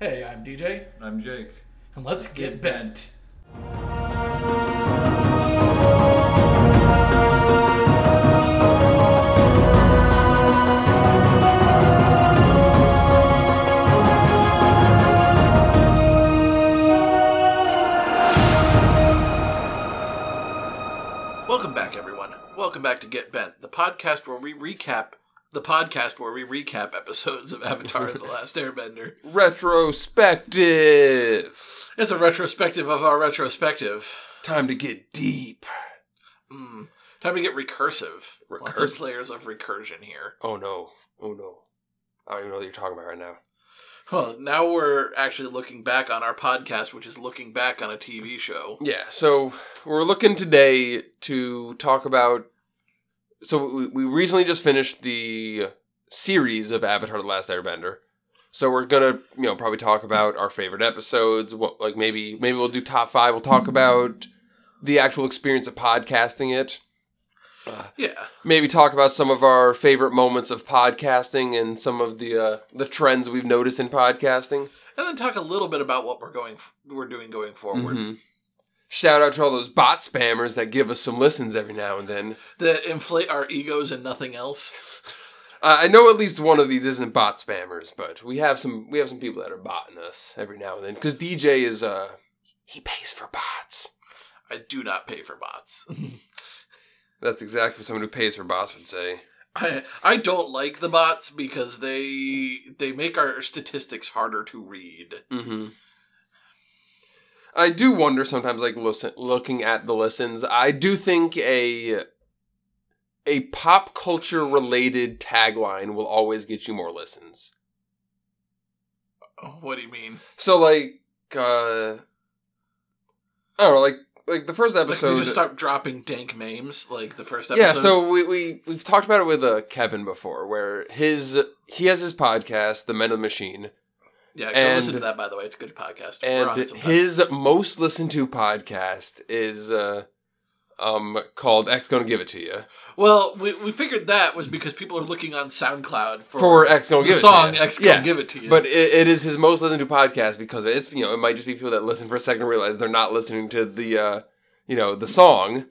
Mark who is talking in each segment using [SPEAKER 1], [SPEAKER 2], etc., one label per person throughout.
[SPEAKER 1] Hey, I'm DJ,
[SPEAKER 2] I'm Jake.
[SPEAKER 1] and let's get bent. Welcome back, everyone. Welcome back to Get Bent, the podcast where we recap the podcast where we recap episodes of Avatar: The Last Airbender.
[SPEAKER 2] Retrospective.
[SPEAKER 1] It's a retrospective of our retrospective.
[SPEAKER 2] Time to get deep.
[SPEAKER 1] Mm. Time to get recursive. Lots
[SPEAKER 2] Recursive?
[SPEAKER 1] of layers of recursion here.
[SPEAKER 2] Oh no. Oh no. I don't even know what you're talking about right now.
[SPEAKER 1] Well, now we're actually looking back on our podcast, which is looking back on a TV show.
[SPEAKER 2] Yeah, so we're looking today to talk about. So we, we recently just finished the series of Avatar: The Last Airbender. So we're gonna, you know, probably talk about our favorite episodes. What, like maybe, maybe we'll do top five. We'll talk about the actual experience of podcasting it.
[SPEAKER 1] Yeah,
[SPEAKER 2] maybe talk about some of our favorite moments of podcasting and some of the uh, the trends we've noticed in podcasting.
[SPEAKER 1] and then talk a little bit about what we're going, f- we're doing going forward.
[SPEAKER 2] Mhm. Shout out to all those bot spammers that give us some listens every now and then.
[SPEAKER 1] That inflate our egos and nothing else.
[SPEAKER 2] Uh, I know at least one of these isn't bot spammers, but we have some we have some people that are botting us every now and then because DJ is uh he pays for bots.
[SPEAKER 1] I do not pay for bots.
[SPEAKER 2] That's exactly what someone who pays for bots would say.
[SPEAKER 1] I I don't like the bots because they they make our statistics harder to read.
[SPEAKER 2] Mm-hmm. I do wonder sometimes, like listen, looking at the listens, I do think a a pop culture related tagline will always get you more listens.
[SPEAKER 1] What do you mean?
[SPEAKER 2] So like, uh, I don't know, like like the first
[SPEAKER 1] Like,
[SPEAKER 2] episode.
[SPEAKER 1] we just start dropping dank memes like the first episode.
[SPEAKER 2] yeah, so we, we we've talked about it with uh, Kevin before, where his he has his podcast, The Men of the Machine,
[SPEAKER 1] yeah, go
[SPEAKER 2] and-
[SPEAKER 1] listen to that by the way. It's a good podcast. We're on
[SPEAKER 2] and
[SPEAKER 1] it sometimes.
[SPEAKER 2] his most listened to podcast is uh, um called X Gonna Give It to You.
[SPEAKER 1] well, we, we figured that was because people are looking on SoundCloud for,
[SPEAKER 2] for X gonna
[SPEAKER 1] the
[SPEAKER 2] give
[SPEAKER 1] song
[SPEAKER 2] it to you.
[SPEAKER 1] X Gonna Give It to You.
[SPEAKER 2] But it, it is his most listened to podcast because it's you know it might just be people that listen for a second and realize they're not listening to the uh, you know the song.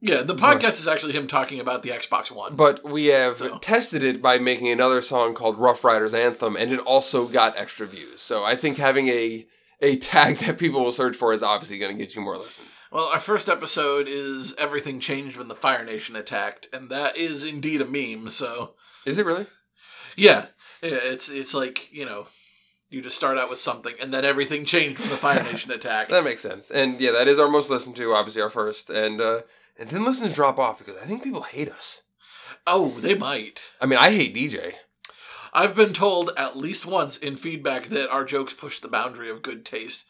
[SPEAKER 1] yeah, the podcast is actually him talking about the Xbox One.
[SPEAKER 2] But we have
[SPEAKER 1] So.
[SPEAKER 2] tested it by making another song called Rough Riders Anthem, and it also got extra views. So I think having a a tag that people will search for is obviously going to get you more listens.
[SPEAKER 1] Well, our first episode is Everything Changed When the Fire Nation Attacked, and that is indeed a meme, so
[SPEAKER 2] Is it really?
[SPEAKER 1] Yeah, Yeah, it's it's like you know, you just start out with something, and then everything changed when the Fire Nation attacked.
[SPEAKER 2] That makes sense. And yeah, that is our most listened to, obviously our first, and uh, and then listens drop off because I think people hate us.
[SPEAKER 1] oh, they might.
[SPEAKER 2] I mean, I hate DJ.
[SPEAKER 1] I've been told at least once in feedback that our jokes push the boundary of good taste,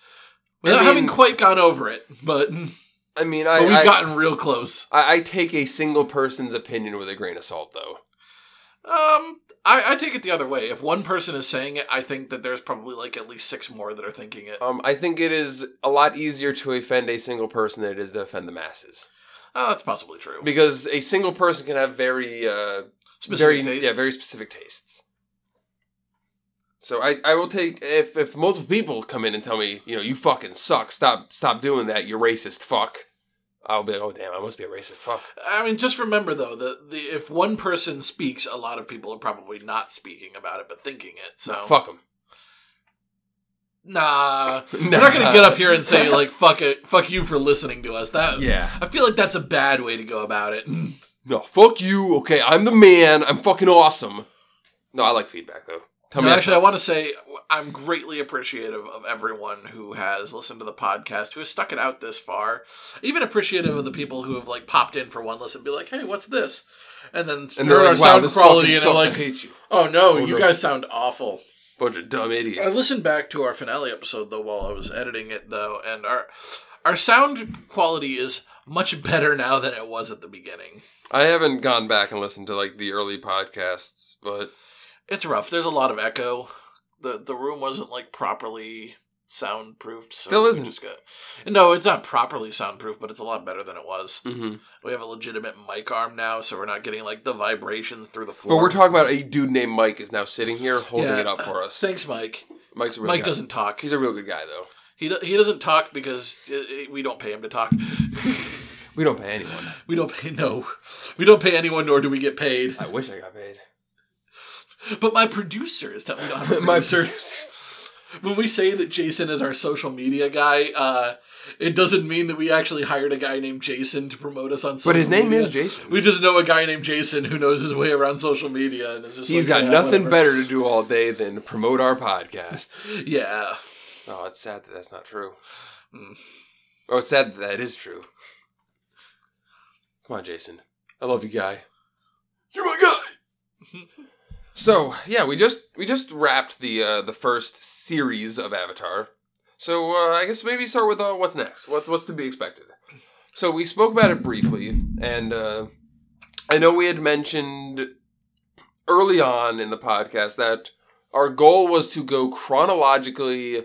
[SPEAKER 1] without
[SPEAKER 2] mean-
[SPEAKER 1] having quite gone over it, but,
[SPEAKER 2] I mean,
[SPEAKER 1] but
[SPEAKER 2] I,
[SPEAKER 1] we've
[SPEAKER 2] I,
[SPEAKER 1] gotten real close.
[SPEAKER 2] I, I take a single person's opinion with a grain of salt, though.
[SPEAKER 1] Um, I, I take it the other way. If one person is saying it, I think that there's probably like at least six more that are thinking it.
[SPEAKER 2] Um, I think it is a lot easier to offend a single person than it is to offend the masses,
[SPEAKER 1] Oh, that's possibly true.
[SPEAKER 2] because a single person can have very, uh, very,
[SPEAKER 1] Specific tastes.
[SPEAKER 2] yeah, very specific tastes. So I, I will take if if multiple people come in and tell me, you know, you fucking suck, stop, stop doing that, you racist fuck. I'll be like, oh damn, I must be a racist fuck.
[SPEAKER 1] I mean, just remember though that the if one person speaks, a lot of people are probably not speaking about it but thinking it. So
[SPEAKER 2] Fuck them.
[SPEAKER 1] nah, we're not gonna get up here and say like "fuck it, fuck you" for listening to us. That
[SPEAKER 2] Yeah. Mm-hmm.
[SPEAKER 1] I feel like that's a bad way to go about it.
[SPEAKER 2] No, fuck you. Okay, I'm the man. I'm fucking awesome. No, I like feedback though. Tell
[SPEAKER 1] No,
[SPEAKER 2] me
[SPEAKER 1] actually, I
[SPEAKER 2] that's
[SPEAKER 1] want to say I'm greatly appreciative of everyone who has listened to the podcast, who has stuck it out this far. Even appreciative
[SPEAKER 2] Mm-hmm.
[SPEAKER 1] of the people who have like popped in for one listen, and be like, "Hey, what's this?" And then
[SPEAKER 2] not.
[SPEAKER 1] throw
[SPEAKER 2] and they're
[SPEAKER 1] our
[SPEAKER 2] like, wow,
[SPEAKER 1] sound
[SPEAKER 2] this
[SPEAKER 1] quality,
[SPEAKER 2] quality
[SPEAKER 1] and they're
[SPEAKER 2] I
[SPEAKER 1] like,
[SPEAKER 2] hate you.
[SPEAKER 1] "Oh no, you
[SPEAKER 2] no.
[SPEAKER 1] guys sound awful."
[SPEAKER 2] Bunch of dumb
[SPEAKER 1] I
[SPEAKER 2] idiots.
[SPEAKER 1] listened back to our finale episode though while I was editing it though, and our our sound quality is much better now than it was at the beginning.
[SPEAKER 2] I haven't gone back and listened to like the early podcasts, but
[SPEAKER 1] It's rough. There's a lot of echo. the The room wasn't like properly soundproofed. So
[SPEAKER 2] Still
[SPEAKER 1] we
[SPEAKER 2] isn't.
[SPEAKER 1] Just got, no, it's not properly soundproof, but it's a lot better than it was.
[SPEAKER 2] mhm.
[SPEAKER 1] We have a legitimate mic arm now, so we're not getting like the vibrations through the
[SPEAKER 2] but
[SPEAKER 1] floor.
[SPEAKER 2] we're talking about a dude named Mike is now sitting here holding
[SPEAKER 1] Yeah.
[SPEAKER 2] it up for us.
[SPEAKER 1] Thanks, Mike.
[SPEAKER 2] Mike's a real
[SPEAKER 1] Mike
[SPEAKER 2] guy.
[SPEAKER 1] doesn't talk.
[SPEAKER 2] He's a real good guy though.
[SPEAKER 1] He do- he doesn't talk because uh, we don't pay him to talk.
[SPEAKER 2] We don't pay anyone.
[SPEAKER 1] we don't pay no, we don't pay anyone, nor do we get paid.
[SPEAKER 2] I wish I got paid.
[SPEAKER 1] But my producer is telling me not my producer. when we say that Jason is our social media guy, uh, it doesn't mean that we actually hired a guy named Jason to promote us on social
[SPEAKER 2] But his name
[SPEAKER 1] media.
[SPEAKER 2] is Jason.
[SPEAKER 1] We just know a guy named Jason who knows his way around social media and is just
[SPEAKER 2] He's
[SPEAKER 1] like,
[SPEAKER 2] got
[SPEAKER 1] "Yeah,
[SPEAKER 2] nothing
[SPEAKER 1] whatever."
[SPEAKER 2] better to do all day than promote our podcast.
[SPEAKER 1] Yeah.
[SPEAKER 2] Oh, it's sad that that's not true.
[SPEAKER 1] Mm.
[SPEAKER 2] Oh, it's sad that that is true. Come on, Jason. I love you, guy. You're my guy. so yeah, we just we just wrapped the uh, the first series of Avatar. So uh, I guess maybe start with uh, what's next. What, what's to be expected? So we spoke about it briefly, and uh, I know we had mentioned early on in the podcast that our goal was to go chronologically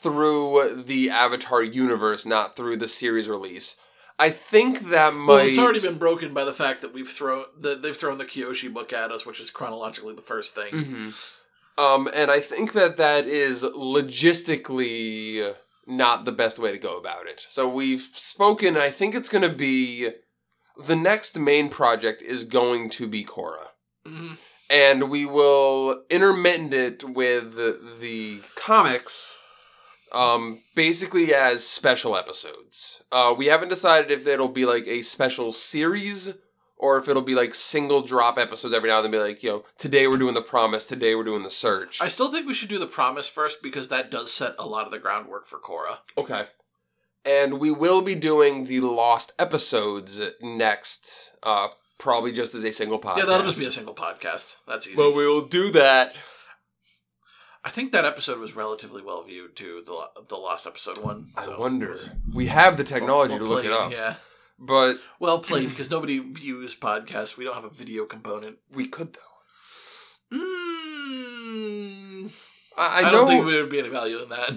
[SPEAKER 2] through the Avatar universe, not through the series release. I think that might.
[SPEAKER 1] Well, it's already been broken by the fact that we've thrown that they've thrown the Kyoshi book at us, which is chronologically the first thing.
[SPEAKER 2] Mm-hmm. Um, and I think that that is logistically not the best way to go about it. So we've spoken. I think it's going to be the next main project is going to be Korra,
[SPEAKER 1] Mhm.
[SPEAKER 2] and we will intermittent it with the comics. Um, basically as special episodes. Uh, we haven't decided if it'll be like a special series or if it'll be like single drop episodes every now and then be like, you know, today we're doing the promise, today we're doing the search.
[SPEAKER 1] I still think we should do the promise first because that does set a lot of the groundwork for Korra.
[SPEAKER 2] Okay. And we will be doing the lost episodes next, uh, probably just as a single podcast.
[SPEAKER 1] Yeah, that'll just be a single podcast. That's easy.
[SPEAKER 2] But we'll do that.
[SPEAKER 1] I think that episode was relatively well viewed too. The lo- the lost episode one.
[SPEAKER 2] I wonder.
[SPEAKER 1] Well-
[SPEAKER 2] We have the technology
[SPEAKER 1] well
[SPEAKER 2] to look
[SPEAKER 1] played,
[SPEAKER 2] it up,
[SPEAKER 1] Yeah,
[SPEAKER 2] but
[SPEAKER 1] well played because nobody views podcasts. We don't have a video component.
[SPEAKER 2] we could though.
[SPEAKER 1] Mm,
[SPEAKER 2] I,
[SPEAKER 1] I,
[SPEAKER 2] I, know.
[SPEAKER 1] don't think there would be any value in that.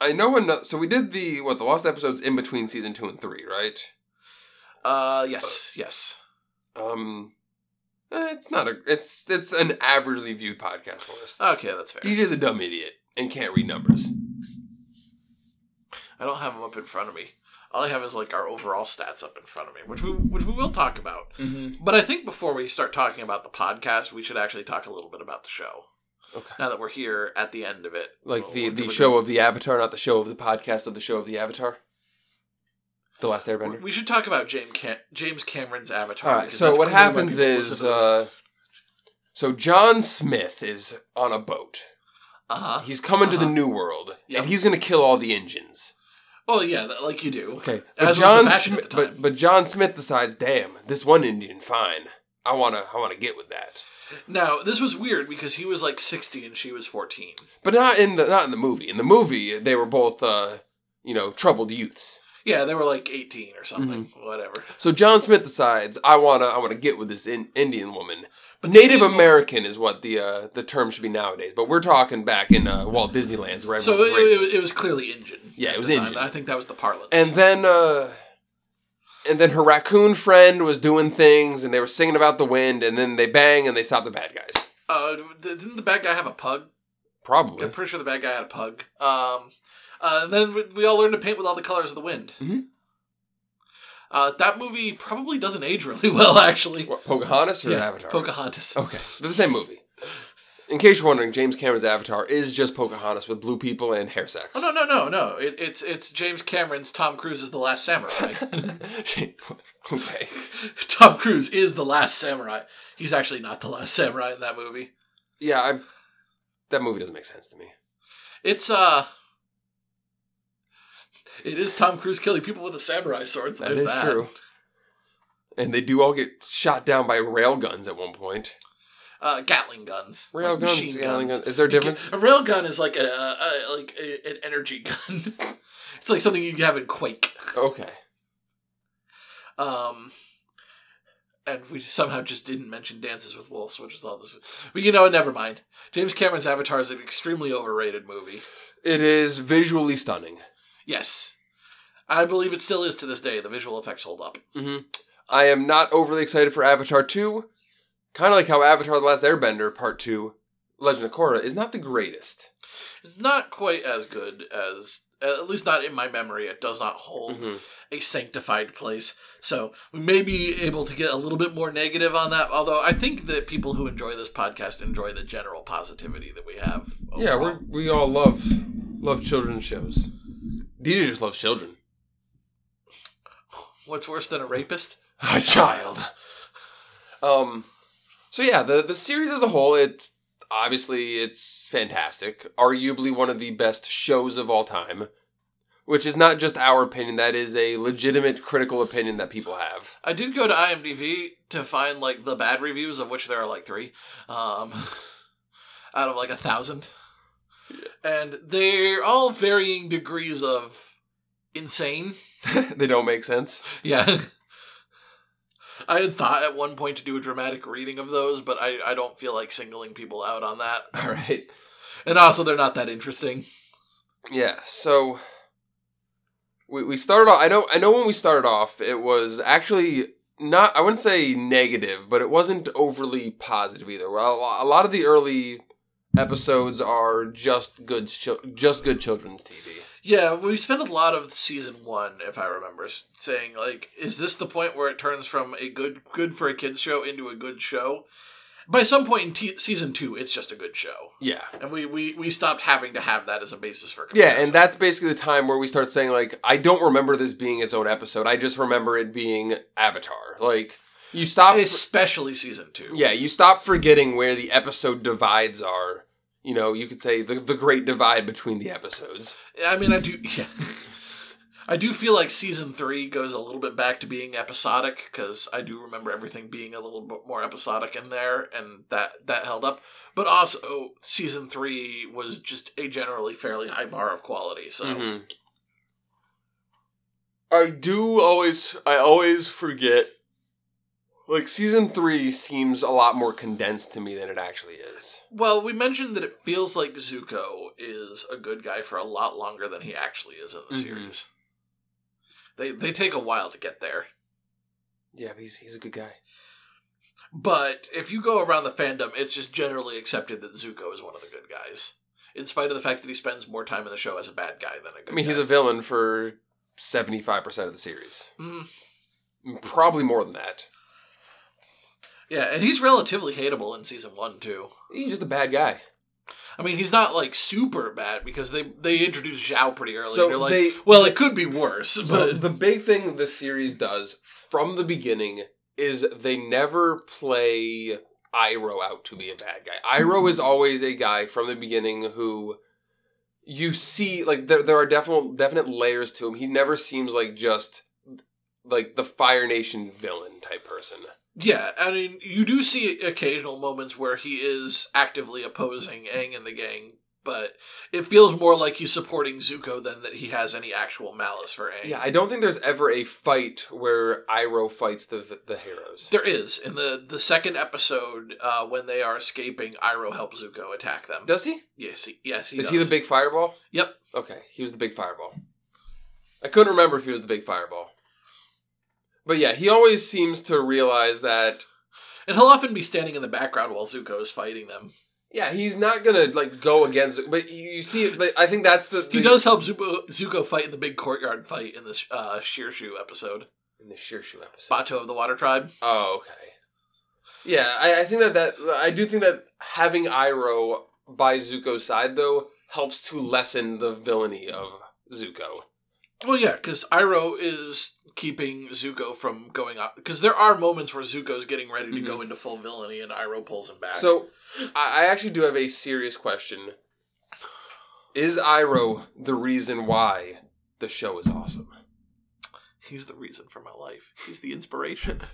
[SPEAKER 2] I know enough. So we did the what the lost episodes in between season two and three, right?
[SPEAKER 1] Uh, yes, yes.
[SPEAKER 2] Um, eh, it's not a. It's it's an averagely viewed podcast for us.
[SPEAKER 1] Okay, that's fair.
[SPEAKER 2] DJ's a dumb idiot and can't read numbers.
[SPEAKER 1] I don't have them up in front of me. All I have is like our overall stats up in front of me, which we which we will talk about.
[SPEAKER 2] Mm-hmm.
[SPEAKER 1] But I think before we start talking about the podcast, we should actually talk a little bit about the show.
[SPEAKER 2] Okay.
[SPEAKER 1] Now that we're here at the end of it,
[SPEAKER 2] Like
[SPEAKER 1] we'll-
[SPEAKER 2] the
[SPEAKER 1] we'll
[SPEAKER 2] the
[SPEAKER 1] Oh, do a
[SPEAKER 2] show of the Avatar, not the show of the podcast of the show of the Avatar. The Last
[SPEAKER 1] We-
[SPEAKER 2] Airbender.
[SPEAKER 1] We should talk about James Cam- James Cameron's Avatar.
[SPEAKER 2] All right.
[SPEAKER 1] because
[SPEAKER 2] So
[SPEAKER 1] that's
[SPEAKER 2] what
[SPEAKER 1] clearly why
[SPEAKER 2] happens
[SPEAKER 1] people
[SPEAKER 2] is,
[SPEAKER 1] listen to this.
[SPEAKER 2] uh, so John Smith is on a boat.
[SPEAKER 1] uh-huh.
[SPEAKER 2] He's coming to the
[SPEAKER 1] Uh-huh.
[SPEAKER 2] New World,
[SPEAKER 1] Yep.
[SPEAKER 2] and he's going to kill all the engines.
[SPEAKER 1] well, Oh, yeah, that- like you do.
[SPEAKER 2] Okay,
[SPEAKER 1] As
[SPEAKER 2] but
[SPEAKER 1] was the
[SPEAKER 2] John
[SPEAKER 1] fashion at
[SPEAKER 2] Smith,
[SPEAKER 1] the
[SPEAKER 2] but,
[SPEAKER 1] time.
[SPEAKER 2] but John Smith decides, damn, this one Indian, fine. I wanna, I wanna get with that.
[SPEAKER 1] Now this was weird because he was like sixty and she was fourteen.
[SPEAKER 2] But not in the, not in the movie. In the movie, they were both, uh, you know, troubled youths.
[SPEAKER 1] Yeah, they were like eighteen or something,
[SPEAKER 2] Mm-hmm.
[SPEAKER 1] whatever.
[SPEAKER 2] So John Smith decides, I wanna, I wanna get with this in, Indian woman. Native
[SPEAKER 1] Indian-
[SPEAKER 2] American is what the uh, the term should be nowadays. But we're talking back in uh, Walt Disneyland's where
[SPEAKER 1] So it,
[SPEAKER 2] everyone's
[SPEAKER 1] it
[SPEAKER 2] racist.
[SPEAKER 1] was, it was clearly Indian.
[SPEAKER 2] Yeah, it
[SPEAKER 1] at
[SPEAKER 2] was
[SPEAKER 1] the time.
[SPEAKER 2] Indian.
[SPEAKER 1] I think that was the parlance.
[SPEAKER 2] and then uh and then her raccoon friend was doing things and they were singing about the wind and then they bang and they stop the bad guys
[SPEAKER 1] uh, th- didn't the bad guy have a pug?
[SPEAKER 2] probably
[SPEAKER 1] I'm pretty sure the bad guy had a pug. Um, uh, and then we, we all learned to paint with all the colors of the wind.
[SPEAKER 2] Mhm.
[SPEAKER 1] Uh, that movie probably doesn't age really well, actually.
[SPEAKER 2] what, pocahontas or
[SPEAKER 1] Yeah,
[SPEAKER 2] avatar Oh.
[SPEAKER 1] Pocahontas.
[SPEAKER 2] okay they're the same movie in case you're wondering james cameron's avatar is just pocahontas with blue people and hair sex
[SPEAKER 1] Oh no no no no! It, it's it's James Cameron's Tom Cruise is the Last Samurai.
[SPEAKER 2] okay
[SPEAKER 1] Tom Cruise is the Last Samurai. He's actually not the Last Samurai in that movie.
[SPEAKER 2] yeah i that movie doesn't make sense to me
[SPEAKER 1] It's uh, it is Tom Cruise killing people with a samurai sword. So
[SPEAKER 2] That
[SPEAKER 1] there's
[SPEAKER 2] is
[SPEAKER 1] that.
[SPEAKER 2] true and they do all get shot down by rail guns at one point
[SPEAKER 1] Uh, Gatling guns,
[SPEAKER 2] rail
[SPEAKER 1] like
[SPEAKER 2] guns,
[SPEAKER 1] machine
[SPEAKER 2] yeah,
[SPEAKER 1] guns.
[SPEAKER 2] is there a difference
[SPEAKER 1] A rail gun is like a, a like a, an energy gun. it's like something you have in Quake.
[SPEAKER 2] okay
[SPEAKER 1] Um, and we somehow just didn't mention Dances with Wolves, which is all this. But you know, never mind. James Cameron's Avatar is an extremely overrated movie.
[SPEAKER 2] It is visually stunning.
[SPEAKER 1] Yes, I believe it still is to this day. The visual effects hold up.
[SPEAKER 2] Mm-hmm. I am not overly excited for Avatar 2. Kind of like how Avatar The Last Airbender Part 2 Legend of Korra is not the greatest.
[SPEAKER 1] It's not quite as good as, at least not in my memory, it does not hold
[SPEAKER 2] Mhm.
[SPEAKER 1] a sanctified place. So we may be able to get a little bit more negative on that. Although I think that people who enjoy this podcast enjoy the general positivity that we have.
[SPEAKER 2] Yeah,
[SPEAKER 1] overall.
[SPEAKER 2] we we all love love children's shows. Dita just loves children.
[SPEAKER 1] what's worse than a rapist?
[SPEAKER 2] A child. Um. So yeah, the the series as a whole, it obviously it's fantastic. Arguably one of the best shows of all time, which is not just our opinion. That is a legitimate critical opinion that people have.
[SPEAKER 1] I did go to IMDb to find like the bad reviews, of which there are like three, um, out of like a thousand, and they're all varying degrees of insane.
[SPEAKER 2] they don't make sense.
[SPEAKER 1] Yeah. I had thought at one point to do a dramatic reading of those, but I, I don't feel like singling people out on that.
[SPEAKER 2] All right.
[SPEAKER 1] And also, they're not that interesting.
[SPEAKER 2] Yeah. So we we started off. I know. I know when we started off, it was actually not. I wouldn't say negative, but it wasn't overly positive either. Well, a lot of the early episodes are just good, chil- just good children's TV.
[SPEAKER 1] Yeah, we spent a lot of season one, if I remember, s- saying like, "Is this the point where it turns from a good good for a kids show into a good show?" By some point in t- season two, it's just a good show,
[SPEAKER 2] Yeah.
[SPEAKER 1] and we we we stopped having to have that as a basis for
[SPEAKER 2] Yeah,
[SPEAKER 1] comparison.
[SPEAKER 2] and that's basically the time where we start saying like, I don't remember this being its own episode. I just remember it being Avatar. Like you stop.
[SPEAKER 1] especially season two.
[SPEAKER 2] Yeah, you stop forgetting where the episode divides are. You know, you could say the, the great divide between the episodes.
[SPEAKER 1] I mean, I do. Yeah, I do feel like season three goes a little bit back to being episodic because I do remember everything being a little bit more episodic in there, and that that held up. But also, season three was just a generally fairly high bar of quality. So
[SPEAKER 2] Mm-hmm. I do always, I always forget. Like, season three seems a lot more condensed to me than it actually is.
[SPEAKER 1] Well, we mentioned that it feels like Zuko is a good guy for a lot longer than he actually is in the
[SPEAKER 2] Mhm.
[SPEAKER 1] series. They they take a while to get there.
[SPEAKER 2] Yeah, but he's, he's a good guy.
[SPEAKER 1] But if you go around the fandom, it's just generally accepted that Zuko is one of the good guys. In spite of the fact that he spends more time in the show as a bad guy than a good
[SPEAKER 2] I mean, he's a villain for 75% of the series.
[SPEAKER 1] Mhm.
[SPEAKER 2] Probably more than that.
[SPEAKER 1] Yeah, and he's relatively hateable in season one, too.
[SPEAKER 2] He's just a bad guy.
[SPEAKER 1] I mean, he's not, like, super bad because they they introduced Zhao pretty early.
[SPEAKER 2] So
[SPEAKER 1] and you're like,
[SPEAKER 2] they-
[SPEAKER 1] well, it could be worse,
[SPEAKER 2] So
[SPEAKER 1] but.
[SPEAKER 2] the big thing this series does from the beginning is they never play Iroh out to be a bad guy. Iroh is always a guy from the beginning who you see like there there are definite definite layers to him. He never seems like just like the Fire Nation villain type person.
[SPEAKER 1] Yeah, I mean, you do see occasional moments where he is actively opposing Aang and the gang, but it feels more like he's supporting Zuko than that he has any actual malice for Aang.
[SPEAKER 2] Yeah, I don't think there's ever a fight where Iroh fights the the heroes.
[SPEAKER 1] There is in the the second episode uh, when they are escaping. Iroh helps Zuko attack them.
[SPEAKER 2] Does he?
[SPEAKER 1] yes, he, yes, he
[SPEAKER 2] Is
[SPEAKER 1] does.
[SPEAKER 2] he the big fireball?
[SPEAKER 1] Yep.
[SPEAKER 2] Okay, he was the big fireball. I couldn't remember if he was the big fireball. But yeah, he always seems to realize that
[SPEAKER 1] And he'll often be standing in the background while Zuko is fighting them.
[SPEAKER 2] yeah, he's not gonna like go against. But you, you see, like, I think that's the, the
[SPEAKER 1] He does help Zuko, Zuko fight in the big courtyard fight in this uh, Shirshu episode,
[SPEAKER 2] in the Shirshu episode.
[SPEAKER 1] Bato of the Water Tribe.
[SPEAKER 2] Oh, okay. Yeah, I, I think that that I do think that having Iroh by Zuko's side though helps to lessen the villainy of Zuko.
[SPEAKER 1] Well, yeah, because Iroh is keeping Zuko from going up. Because there are moments where Zuko's getting ready to
[SPEAKER 2] Mhm.
[SPEAKER 1] go into full villainy, and Iroh pulls him back.
[SPEAKER 2] So, I, I actually do have a serious question. Is Iroh the reason why the show is awesome?
[SPEAKER 1] he's the reason for my life. He's the inspiration.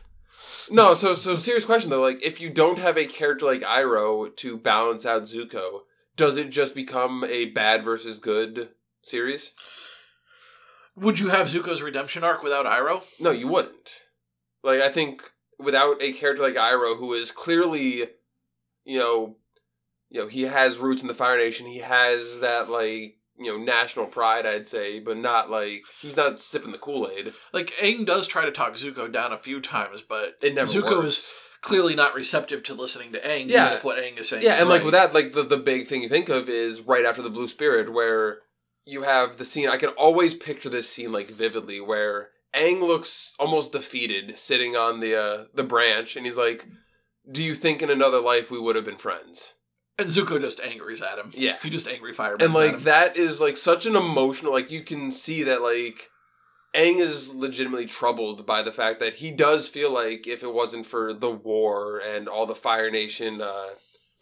[SPEAKER 2] No, so so serious question though. Like, if you don't have a character like Iroh to balance out Zuko, does it just become a bad versus good series?
[SPEAKER 1] Would you have Zuko's redemption arc without Iroh?
[SPEAKER 2] No, you wouldn't. Like, I think without a character like Iroh, who is clearly, you know, you know, he has roots in the Fire Nation. He has that like, you know, national pride. I'd say, but not like he's not sipping the Kool Aid.
[SPEAKER 1] Like Aang does try to talk Zuko down a few times, but
[SPEAKER 2] It never
[SPEAKER 1] Zuko
[SPEAKER 2] works.
[SPEAKER 1] is clearly not receptive to listening to Aang,
[SPEAKER 2] Yeah.
[SPEAKER 1] even if what Aang is saying.
[SPEAKER 2] Yeah,
[SPEAKER 1] is
[SPEAKER 2] and like
[SPEAKER 1] right.
[SPEAKER 2] with that, like the, the big thing you think of is right after the Blue Spirit, where you have the scene. I can always picture this scene like vividly, where Aang looks almost defeated, sitting on the uh, the branch, and he's like, "Do you think in another life we would have been friends?"
[SPEAKER 1] and Zuko just angries at him.
[SPEAKER 2] Yeah.
[SPEAKER 1] he just angry fire.
[SPEAKER 2] And
[SPEAKER 1] at
[SPEAKER 2] like
[SPEAKER 1] him.
[SPEAKER 2] that is like such an emotional. Like you can see that like Aang is legitimately troubled by the fact that he does feel like if it wasn't for the war and all the Fire Nation uh,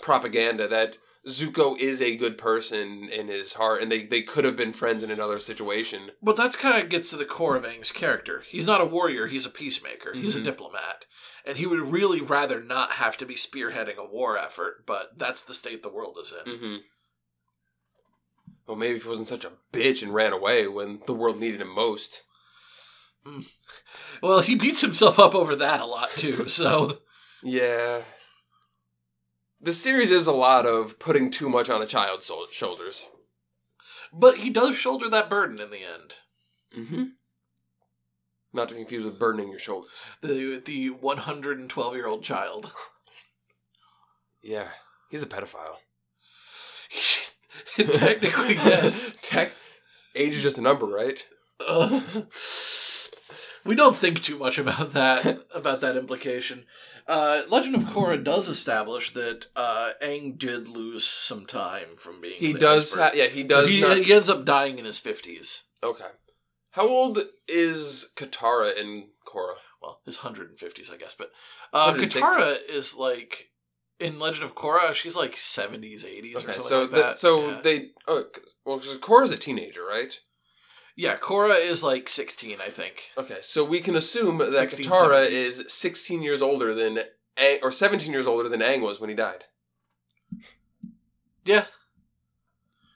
[SPEAKER 2] propaganda that Zuko is a good person in his heart, and they they could have been friends in another situation.
[SPEAKER 1] But that's kind of gets to the core of Aang's character. He's not a warrior, he's a peacemaker, he's a
[SPEAKER 2] Mhm.
[SPEAKER 1] diplomat. And he would really rather not have to be spearheading a war effort, but that's the state the world is in.
[SPEAKER 2] Mm-hmm. Well, maybe if he wasn't such a bitch and ran away when the world needed him most.
[SPEAKER 1] Well, he beats himself up over that a lot too, so
[SPEAKER 2] Yeah. The series is a lot of putting too much on a child's sol- shoulders.
[SPEAKER 1] but he does shoulder that burden in the end.
[SPEAKER 2] Mm-hmm. Not to be confused with burdening your shoulders.
[SPEAKER 1] The the 112-year-old child.
[SPEAKER 2] Yeah. He's a pedophile.
[SPEAKER 1] Technically, yes.
[SPEAKER 2] Tech. Age is just a number, right?
[SPEAKER 1] Uh, we don't think too much about that about that implication. Uh, Legend of Korra does establish that uh, Aang did lose some time from being.
[SPEAKER 2] He
[SPEAKER 1] the
[SPEAKER 2] does.
[SPEAKER 1] expert.
[SPEAKER 2] Ha- yeah, he
[SPEAKER 1] So
[SPEAKER 2] does.
[SPEAKER 1] he,
[SPEAKER 2] not-
[SPEAKER 1] he ends up dying in his fifties.
[SPEAKER 2] okay. How old is Katara in Korra?
[SPEAKER 1] Well, his hundred and fifties, I guess. But uh,
[SPEAKER 2] 160s.
[SPEAKER 1] Katara is like in Legend of Korra. She's like seventies, eighties, or
[SPEAKER 2] Okay,
[SPEAKER 1] something
[SPEAKER 2] so
[SPEAKER 1] like
[SPEAKER 2] that,
[SPEAKER 1] that.
[SPEAKER 2] so
[SPEAKER 1] yeah.
[SPEAKER 2] they. Oh, c- well, because Korra's a teenager, right?
[SPEAKER 1] yeah, Korra is like sixteen, I think.
[SPEAKER 2] Okay, so we can assume that
[SPEAKER 1] 16,
[SPEAKER 2] Katara
[SPEAKER 1] 17.
[SPEAKER 2] is 16 years older than Aang, or 17 years older than Aang was when he died.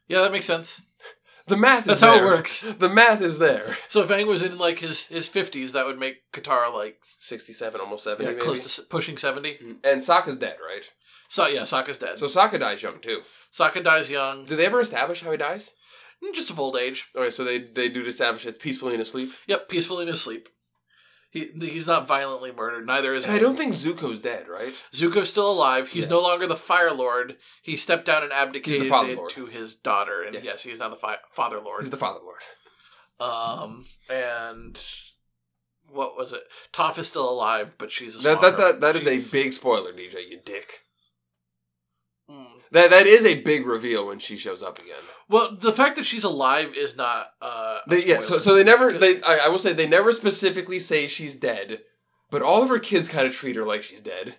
[SPEAKER 1] Yeah, that makes sense.
[SPEAKER 2] The math
[SPEAKER 1] That's
[SPEAKER 2] is there.
[SPEAKER 1] how it works.
[SPEAKER 2] The math is there.
[SPEAKER 1] So if Aang was in like his his fifties, that would make Katara like
[SPEAKER 2] 67, almost
[SPEAKER 1] yeah,
[SPEAKER 2] 70,
[SPEAKER 1] close to s- pushing seventy.
[SPEAKER 2] maybe. And Sokka's dead, right?
[SPEAKER 1] So yeah, Sokka's dead.
[SPEAKER 2] So
[SPEAKER 1] So
[SPEAKER 2] Sokka dies young too.
[SPEAKER 1] Sokka dies young,
[SPEAKER 2] Do they ever establish how he dies?
[SPEAKER 1] Mm, just of old age.
[SPEAKER 2] Okay, so they they do establish it peacefully in his sleep.
[SPEAKER 1] Yep, peacefully in his sleep. He he's not violently murdered. Neither is
[SPEAKER 2] And I
[SPEAKER 1] Aang.
[SPEAKER 2] don't think Zuko's dead, right?
[SPEAKER 1] Zuko's still alive. He's
[SPEAKER 2] Yeah.
[SPEAKER 1] no longer the Fire Lord. He stepped down and abdicated
[SPEAKER 2] Father
[SPEAKER 1] it
[SPEAKER 2] Lord.
[SPEAKER 1] to his daughter, and
[SPEAKER 2] Yeah.
[SPEAKER 1] yes, he is now the fi- Father Lord.
[SPEAKER 2] He's the Father Lord.
[SPEAKER 1] um, and what was it? Toph is still alive, but she's a
[SPEAKER 2] That, that that that is
[SPEAKER 1] she-
[SPEAKER 2] a big spoiler, DJ. You dick.
[SPEAKER 1] Mm.
[SPEAKER 2] That that is a big reveal when she shows up again.
[SPEAKER 1] Well, the fact that she's alive is not. Uh, a
[SPEAKER 2] They, yeah, so,
[SPEAKER 1] spoiler.
[SPEAKER 2] so they never they I, I will say they never specifically say she's dead, but all of her kids kind of treat her like she's dead.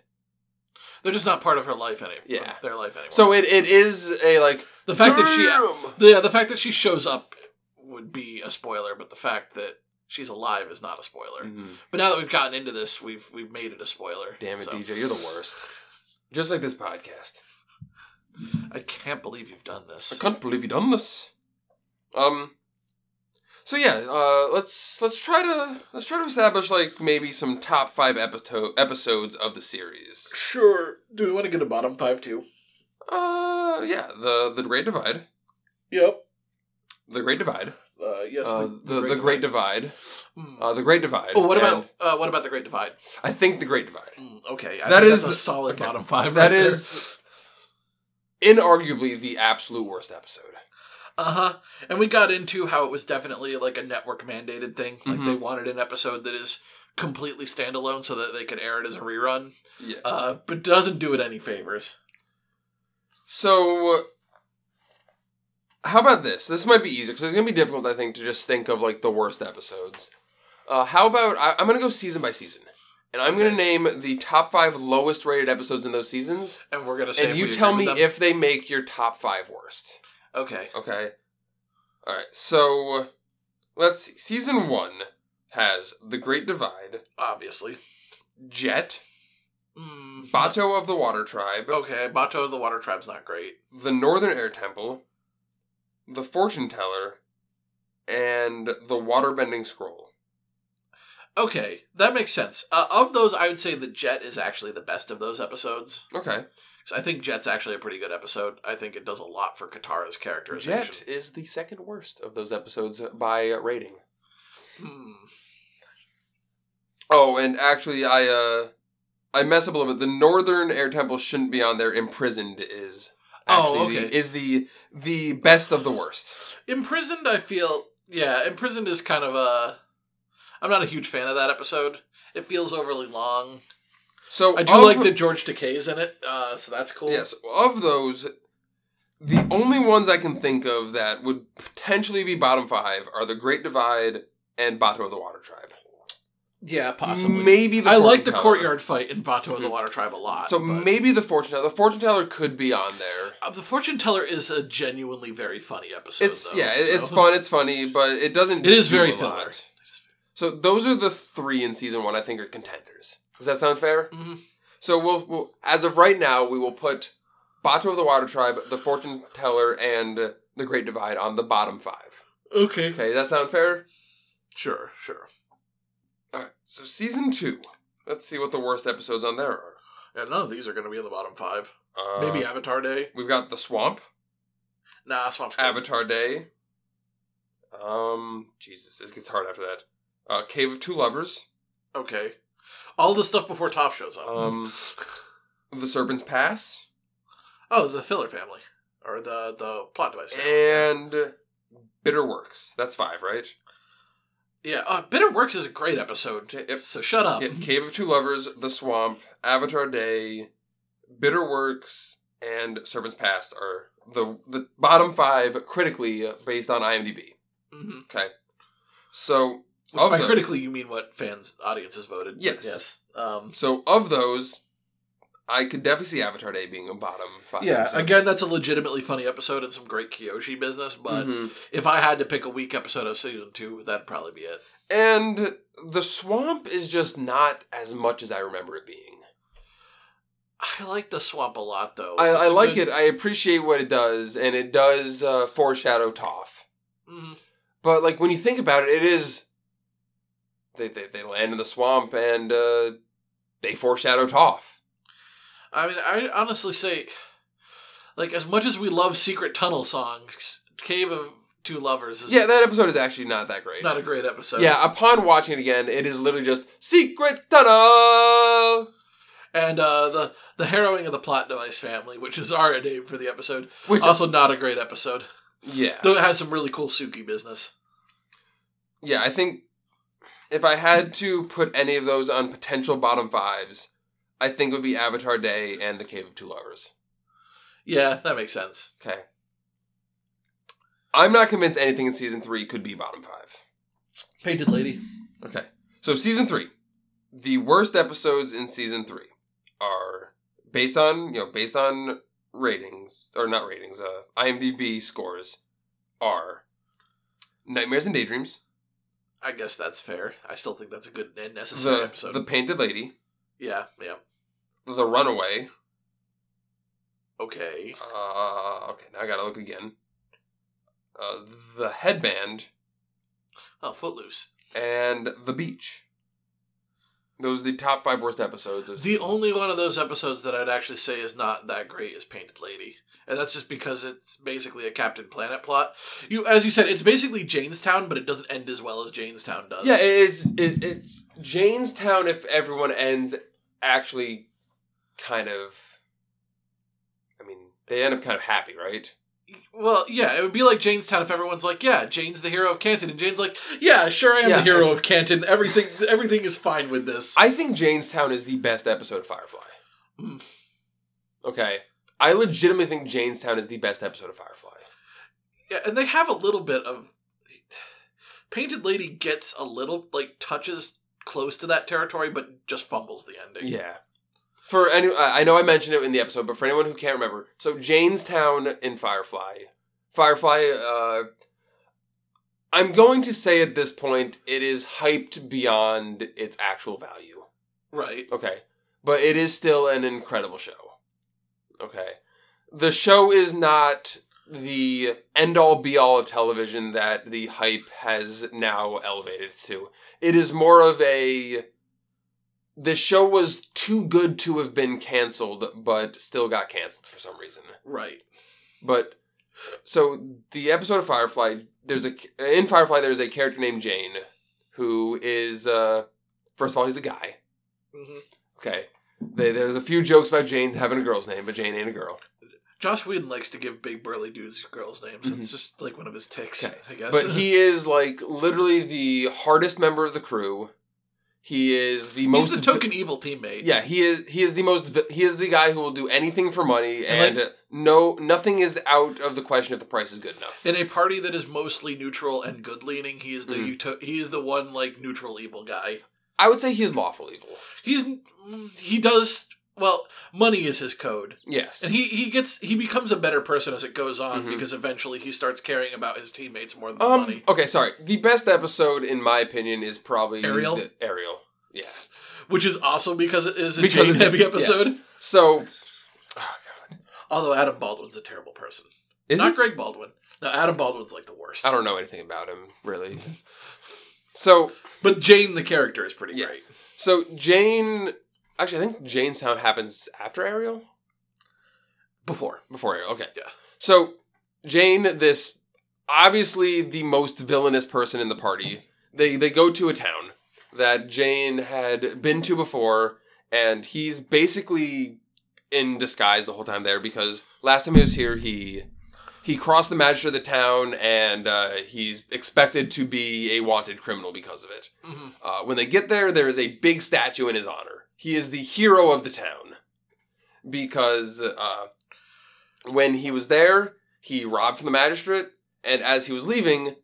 [SPEAKER 1] They're just not part of her life anymore.
[SPEAKER 2] Yeah.
[SPEAKER 1] their life anymore.
[SPEAKER 2] So it, it is a like
[SPEAKER 1] the fact that
[SPEAKER 2] damn!
[SPEAKER 1] she, yeah, the fact that she shows up would be a spoiler, but the fact that she's alive is not a spoiler.
[SPEAKER 2] Mhm.
[SPEAKER 1] But now that we've gotten into this, we've we've made it a spoiler.
[SPEAKER 2] Damn it,
[SPEAKER 1] So,
[SPEAKER 2] DJ, you're the worst. Just like this podcast.
[SPEAKER 1] I can't believe you've done
[SPEAKER 2] I
[SPEAKER 1] this.
[SPEAKER 2] can't believe you done this. Um. So yeah, uh, let's let's try to let's try to establish like maybe some top five episo- episodes of the series.
[SPEAKER 1] Sure. Do we want to get a bottom five too?
[SPEAKER 2] Uh, yeah, the the Great Divide,
[SPEAKER 1] Yep.
[SPEAKER 2] the Great Divide,
[SPEAKER 1] Uh, yes.
[SPEAKER 2] uh, the, the, Great Divide,
[SPEAKER 1] Mm.
[SPEAKER 2] uh, the Great Divide.
[SPEAKER 1] oh, what
[SPEAKER 2] and
[SPEAKER 1] about uh, what about the Great Divide?
[SPEAKER 2] I think the Great Divide.
[SPEAKER 1] Mm, okay, I
[SPEAKER 2] That
[SPEAKER 1] think
[SPEAKER 2] is-
[SPEAKER 1] that's a solid
[SPEAKER 2] okay.
[SPEAKER 1] bottom five. right
[SPEAKER 2] That
[SPEAKER 1] there.
[SPEAKER 2] is inarguably the absolute worst episode.
[SPEAKER 1] Uh huh. And we got into how it was definitely like a network mandated thing. Like
[SPEAKER 2] Mhm.
[SPEAKER 1] they wanted an episode that is completely standalone so that they could air it as a rerun.
[SPEAKER 2] Yeah.
[SPEAKER 1] Uh, but doesn't do it any favors.
[SPEAKER 2] So, uh, how about this? This might be easier because it's gonna be difficult, I think, to just think of like the worst episodes. Uh, how about I, I'm gonna go season by season, and I'm
[SPEAKER 1] Okay.
[SPEAKER 2] gonna name the top five lowest rated episodes in those seasons,
[SPEAKER 1] And we're gonna say
[SPEAKER 2] and
[SPEAKER 1] if
[SPEAKER 2] you
[SPEAKER 1] we
[SPEAKER 2] tell
[SPEAKER 1] agree
[SPEAKER 2] me
[SPEAKER 1] with them.
[SPEAKER 2] if they make your top five worst.
[SPEAKER 1] okay.
[SPEAKER 2] Okay. All right. So, let's see. Season one has the Great Divide,
[SPEAKER 1] Obviously.
[SPEAKER 2] Jet,
[SPEAKER 1] Mm,
[SPEAKER 2] Bato of the Water Tribe,
[SPEAKER 1] okay. Bato of the Water Tribe's not great.
[SPEAKER 2] the Northern Air Temple, the Fortune Teller, and the Waterbending Scroll.
[SPEAKER 1] Okay, that makes sense. Uh, of those, I would say the Jet is actually the best of those episodes.
[SPEAKER 2] Okay.
[SPEAKER 1] 'Cause I think Jet's actually a pretty good episode. I think it does a lot for Katara's characterization.
[SPEAKER 2] Jet is the second worst of those episodes by rating.
[SPEAKER 1] Hmm.
[SPEAKER 2] Oh, and actually, I uh, I mess up a little bit. The Northern Air Temple shouldn't be on there. Imprisoned is actually
[SPEAKER 1] Oh, okay.
[SPEAKER 2] the, is the the best of the worst.
[SPEAKER 1] Imprisoned, I feel. Yeah, imprisoned is kind of a. I'm not a huge fan of that episode. It feels overly long.
[SPEAKER 2] So
[SPEAKER 1] I do
[SPEAKER 2] of-
[SPEAKER 1] like that George Takei's in it, uh, so that's cool.
[SPEAKER 2] Yes, of those, the only ones I can think of that would potentially be bottom five are the Great Divide and Bato of the Water Tribe.
[SPEAKER 1] Yeah, possibly.
[SPEAKER 2] Maybe the
[SPEAKER 1] I like
[SPEAKER 2] Fortune
[SPEAKER 1] the
[SPEAKER 2] Teller. Mm-hmm.
[SPEAKER 1] courtyard fight in Bato and the Water Tribe a lot.
[SPEAKER 2] So
[SPEAKER 1] but-
[SPEAKER 2] maybe the fortune teller. The fortune teller could be on there.
[SPEAKER 1] Uh, the fortune teller is a genuinely very funny episode.
[SPEAKER 2] It's
[SPEAKER 1] though,
[SPEAKER 2] yeah, it-
[SPEAKER 1] so-
[SPEAKER 2] it's fun. It's funny, but it doesn't.
[SPEAKER 1] It is
[SPEAKER 2] do
[SPEAKER 1] very
[SPEAKER 2] a
[SPEAKER 1] filler.
[SPEAKER 2] lot. So those are the three in season one. I think are contenders. Does that sound fair?
[SPEAKER 1] Mhm.
[SPEAKER 2] So we'll, we'll as of right now, we will put Bato of the Water Tribe, the Fortune Teller, and the Great Divide on the bottom five.
[SPEAKER 1] Okay.
[SPEAKER 2] Okay, does that sound fair?
[SPEAKER 1] Sure. Sure.
[SPEAKER 2] All right. So season two. Let's see what the worst episodes on there are.
[SPEAKER 1] Yeah, none of these are going to be in the bottom five.
[SPEAKER 2] Uh,
[SPEAKER 1] Maybe Avatar Day.
[SPEAKER 2] we've got the swamp.
[SPEAKER 1] Nah, Swamp's cool.
[SPEAKER 2] Avatar Day. Um, Jesus, it gets hard after that. Uh, Cave of Two Lovers.
[SPEAKER 1] Okay. All the stuff before Toph shows up.
[SPEAKER 2] Um, The Serpent's Pass.
[SPEAKER 1] oh, the filler family or the the plot device. Family.
[SPEAKER 2] And Bitter Works. That's five, right?
[SPEAKER 1] yeah. Uh, Bitter Works is a great episode.
[SPEAKER 2] Yep.
[SPEAKER 1] So shut up.
[SPEAKER 2] Yep. Cave of Two Lovers, The Swamp, Avatar Day, Bitter Works, and Serpent's Pass are the the bottom five critically uh, based on IMDb.
[SPEAKER 1] Mhm.
[SPEAKER 2] So
[SPEAKER 1] Which
[SPEAKER 2] Of
[SPEAKER 1] by
[SPEAKER 2] the-
[SPEAKER 1] critically, you mean what fans audiences voted? but
[SPEAKER 2] Yes.
[SPEAKER 1] Yes. Um,
[SPEAKER 2] so of those, I could definitely see Avatar Day being a bottom five.
[SPEAKER 1] yeah.
[SPEAKER 2] episode.
[SPEAKER 1] Again, that's a legitimately funny episode and some great Kyoshi business, but.
[SPEAKER 2] Mhm.
[SPEAKER 1] If I had to pick a weak episode of season two, that'd probably be it.
[SPEAKER 2] And the swamp is just not as much as I remember it being.
[SPEAKER 1] I like the swamp a lot, though.
[SPEAKER 2] I, I like it. I appreciate what it does, and it does uh, foreshadow Toph.
[SPEAKER 1] hmm
[SPEAKER 2] But like when you think about it, it is they they, they land in the swamp and uh, they foreshadow Toph.
[SPEAKER 1] I mean, I honestly say, like, as much as we love secret tunnel songs, Cave of Two Lovers is
[SPEAKER 2] Yeah, that episode is actually not that great.
[SPEAKER 1] not a great episode.
[SPEAKER 2] yeah, upon watching it again, it is literally just secret tunnel,
[SPEAKER 1] and uh, the the harrowing of the plot device family, which is our name for the episode,
[SPEAKER 2] which
[SPEAKER 1] also not a great episode.
[SPEAKER 2] yeah,
[SPEAKER 1] Though it has some really cool Suki business.
[SPEAKER 2] yeah, I think if I had to put any of those on potential bottom fives, I think it would be Avatar Day and The Cave of Two Lovers.
[SPEAKER 1] Yeah, that makes sense.
[SPEAKER 2] Okay. I'm not convinced anything in season three could be bottom five.
[SPEAKER 1] Painted Lady.
[SPEAKER 2] Okay. So season three. The worst episodes in season three are based on, you know, based on ratings or not ratings, uh IMDB scores are Nightmares and Daydreams,
[SPEAKER 1] I guess that's fair. I still think that's a good and necessary
[SPEAKER 2] the,
[SPEAKER 1] episode.
[SPEAKER 2] the Painted Lady,
[SPEAKER 1] yeah, yeah.
[SPEAKER 2] The Runaway,
[SPEAKER 1] Okay.
[SPEAKER 2] Uh, okay, now I gotta look again. Uh, the headband
[SPEAKER 1] Oh, Footloose.
[SPEAKER 2] and the beach. Those are the top five worst episodes of
[SPEAKER 1] The only one of those episodes that I'd actually say is not that great is Painted Lady. And that's just because it's basically a Captain Planet plot. You as you said, it's basically Janestown, but it doesn't end as well as Janestown does.
[SPEAKER 2] Yeah, it is. It, it's Janestown. If everyone ends, actually, kind of. I mean, they end up kind of happy, right?
[SPEAKER 1] well, yeah, it would be like Janestown if everyone's like, "Yeah, Jane's the hero of Canton," and Jane's like, "Yeah, sure, I am
[SPEAKER 2] Yeah.
[SPEAKER 1] the hero of Canton. Everything, everything is fine with this."
[SPEAKER 2] I think Janestown is the best episode of Firefly.
[SPEAKER 1] Mm.
[SPEAKER 2] Okay, I legitimately think Janestown is the best episode of Firefly.
[SPEAKER 1] Yeah, and they have a little bit of Painted Lady gets a little like touches close to that territory, but just fumbles the ending.
[SPEAKER 2] Yeah. For any, I I know I mentioned it in the episode, but for anyone who can't remember, so Janestown in Firefly, Firefly. Uh, I'm going to say at this point it is hyped beyond its actual value.
[SPEAKER 1] Right.
[SPEAKER 2] Okay, but it is still an incredible show. Okay, the show is not the end all be all of television that the hype has now elevated it to. It is more of a the show was too good to have been canceled, but still got canceled for some reason.
[SPEAKER 1] Right.
[SPEAKER 2] But so the episode of Firefly, there's a in Firefly there's a character named Jane who is uh, first of all he's a guy.
[SPEAKER 1] hmm
[SPEAKER 2] Okay. They, there's a few jokes about Jane having a girl's name, but Jane ain't a girl.
[SPEAKER 1] Josh Whedon likes to give big burly dudes girls' names. It's just like one of his ticks,
[SPEAKER 2] Mm-hmm. Okay.
[SPEAKER 1] I guess.
[SPEAKER 2] But he is like literally the hardest member of the crew. He is the
[SPEAKER 1] he's
[SPEAKER 2] most
[SPEAKER 1] the token evil teammate.
[SPEAKER 2] Yeah, he is. He is the most. vi- He is the guy who will do anything for money,
[SPEAKER 1] And,
[SPEAKER 2] and, no, nothing is out of the question if the price is good enough.
[SPEAKER 1] In a party that is mostly neutral and good leaning, he is the
[SPEAKER 2] Mhm.
[SPEAKER 1] uto- he is the one like neutral evil guy.
[SPEAKER 2] I would say he is lawful evil.
[SPEAKER 1] He's mm, he does well. Money is his code,
[SPEAKER 2] Yes,
[SPEAKER 1] and he he gets he becomes a better person as it goes on
[SPEAKER 2] Mhm.
[SPEAKER 1] because eventually he starts caring about his teammates more than
[SPEAKER 2] Um.
[SPEAKER 1] money,
[SPEAKER 2] Okay. Sorry. The best episode, in my opinion, is probably
[SPEAKER 1] Ariel?
[SPEAKER 2] the- Ariel. Yeah.
[SPEAKER 1] which is also because it is a
[SPEAKER 2] Because
[SPEAKER 1] Jane
[SPEAKER 2] of the-
[SPEAKER 1] heavy episode.
[SPEAKER 2] yes. So. Oh God.
[SPEAKER 1] Although Adam Baldwin's a terrible person,
[SPEAKER 2] Is
[SPEAKER 1] not
[SPEAKER 2] he?
[SPEAKER 1] Greg Baldwin. No, Adam Baldwin's like the worst.
[SPEAKER 2] I don't know anything about him really. so
[SPEAKER 1] But Jane, the character, is pretty
[SPEAKER 2] Yeah.
[SPEAKER 1] great.
[SPEAKER 2] so Jane. Actually, I think Jane's sound happens after Ariel.
[SPEAKER 1] Before
[SPEAKER 2] Before Ariel, okay.
[SPEAKER 1] Yeah.
[SPEAKER 2] So Jane, this obviously the most villainous person in the party. They they go to a town that Jane had been to before, and he's basically in disguise the whole time there because last time he was here, he he crossed the magistrate of the town, and uh, he's expected to be a wanted criminal because of it.
[SPEAKER 1] Mhm.
[SPEAKER 2] Uh, when they get there, there is a big statue in his honor. He is the hero of the town because uh, when he was there, he robbed from the magistrate, and as he was leaving,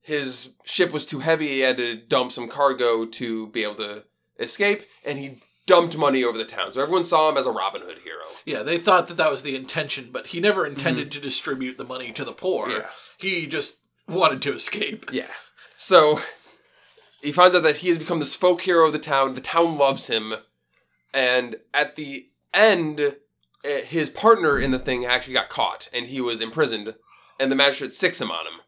[SPEAKER 2] his ship was too heavy. He had to dump some cargo to be able to escape, and he dumped money over the town. So everyone saw him as a Robin Hood hero.
[SPEAKER 1] yeah, they thought that that was the intention, but he never intended to distribute the money to the poor.
[SPEAKER 2] Mm-hmm. Yeah.
[SPEAKER 1] He just wanted to escape.
[SPEAKER 2] Yeah. So he finds out that he has become this folk hero of the town. The town loves him. And at the end, eh, his partner in the thing actually got caught and he was imprisoned. And the magistrate sicks him on him.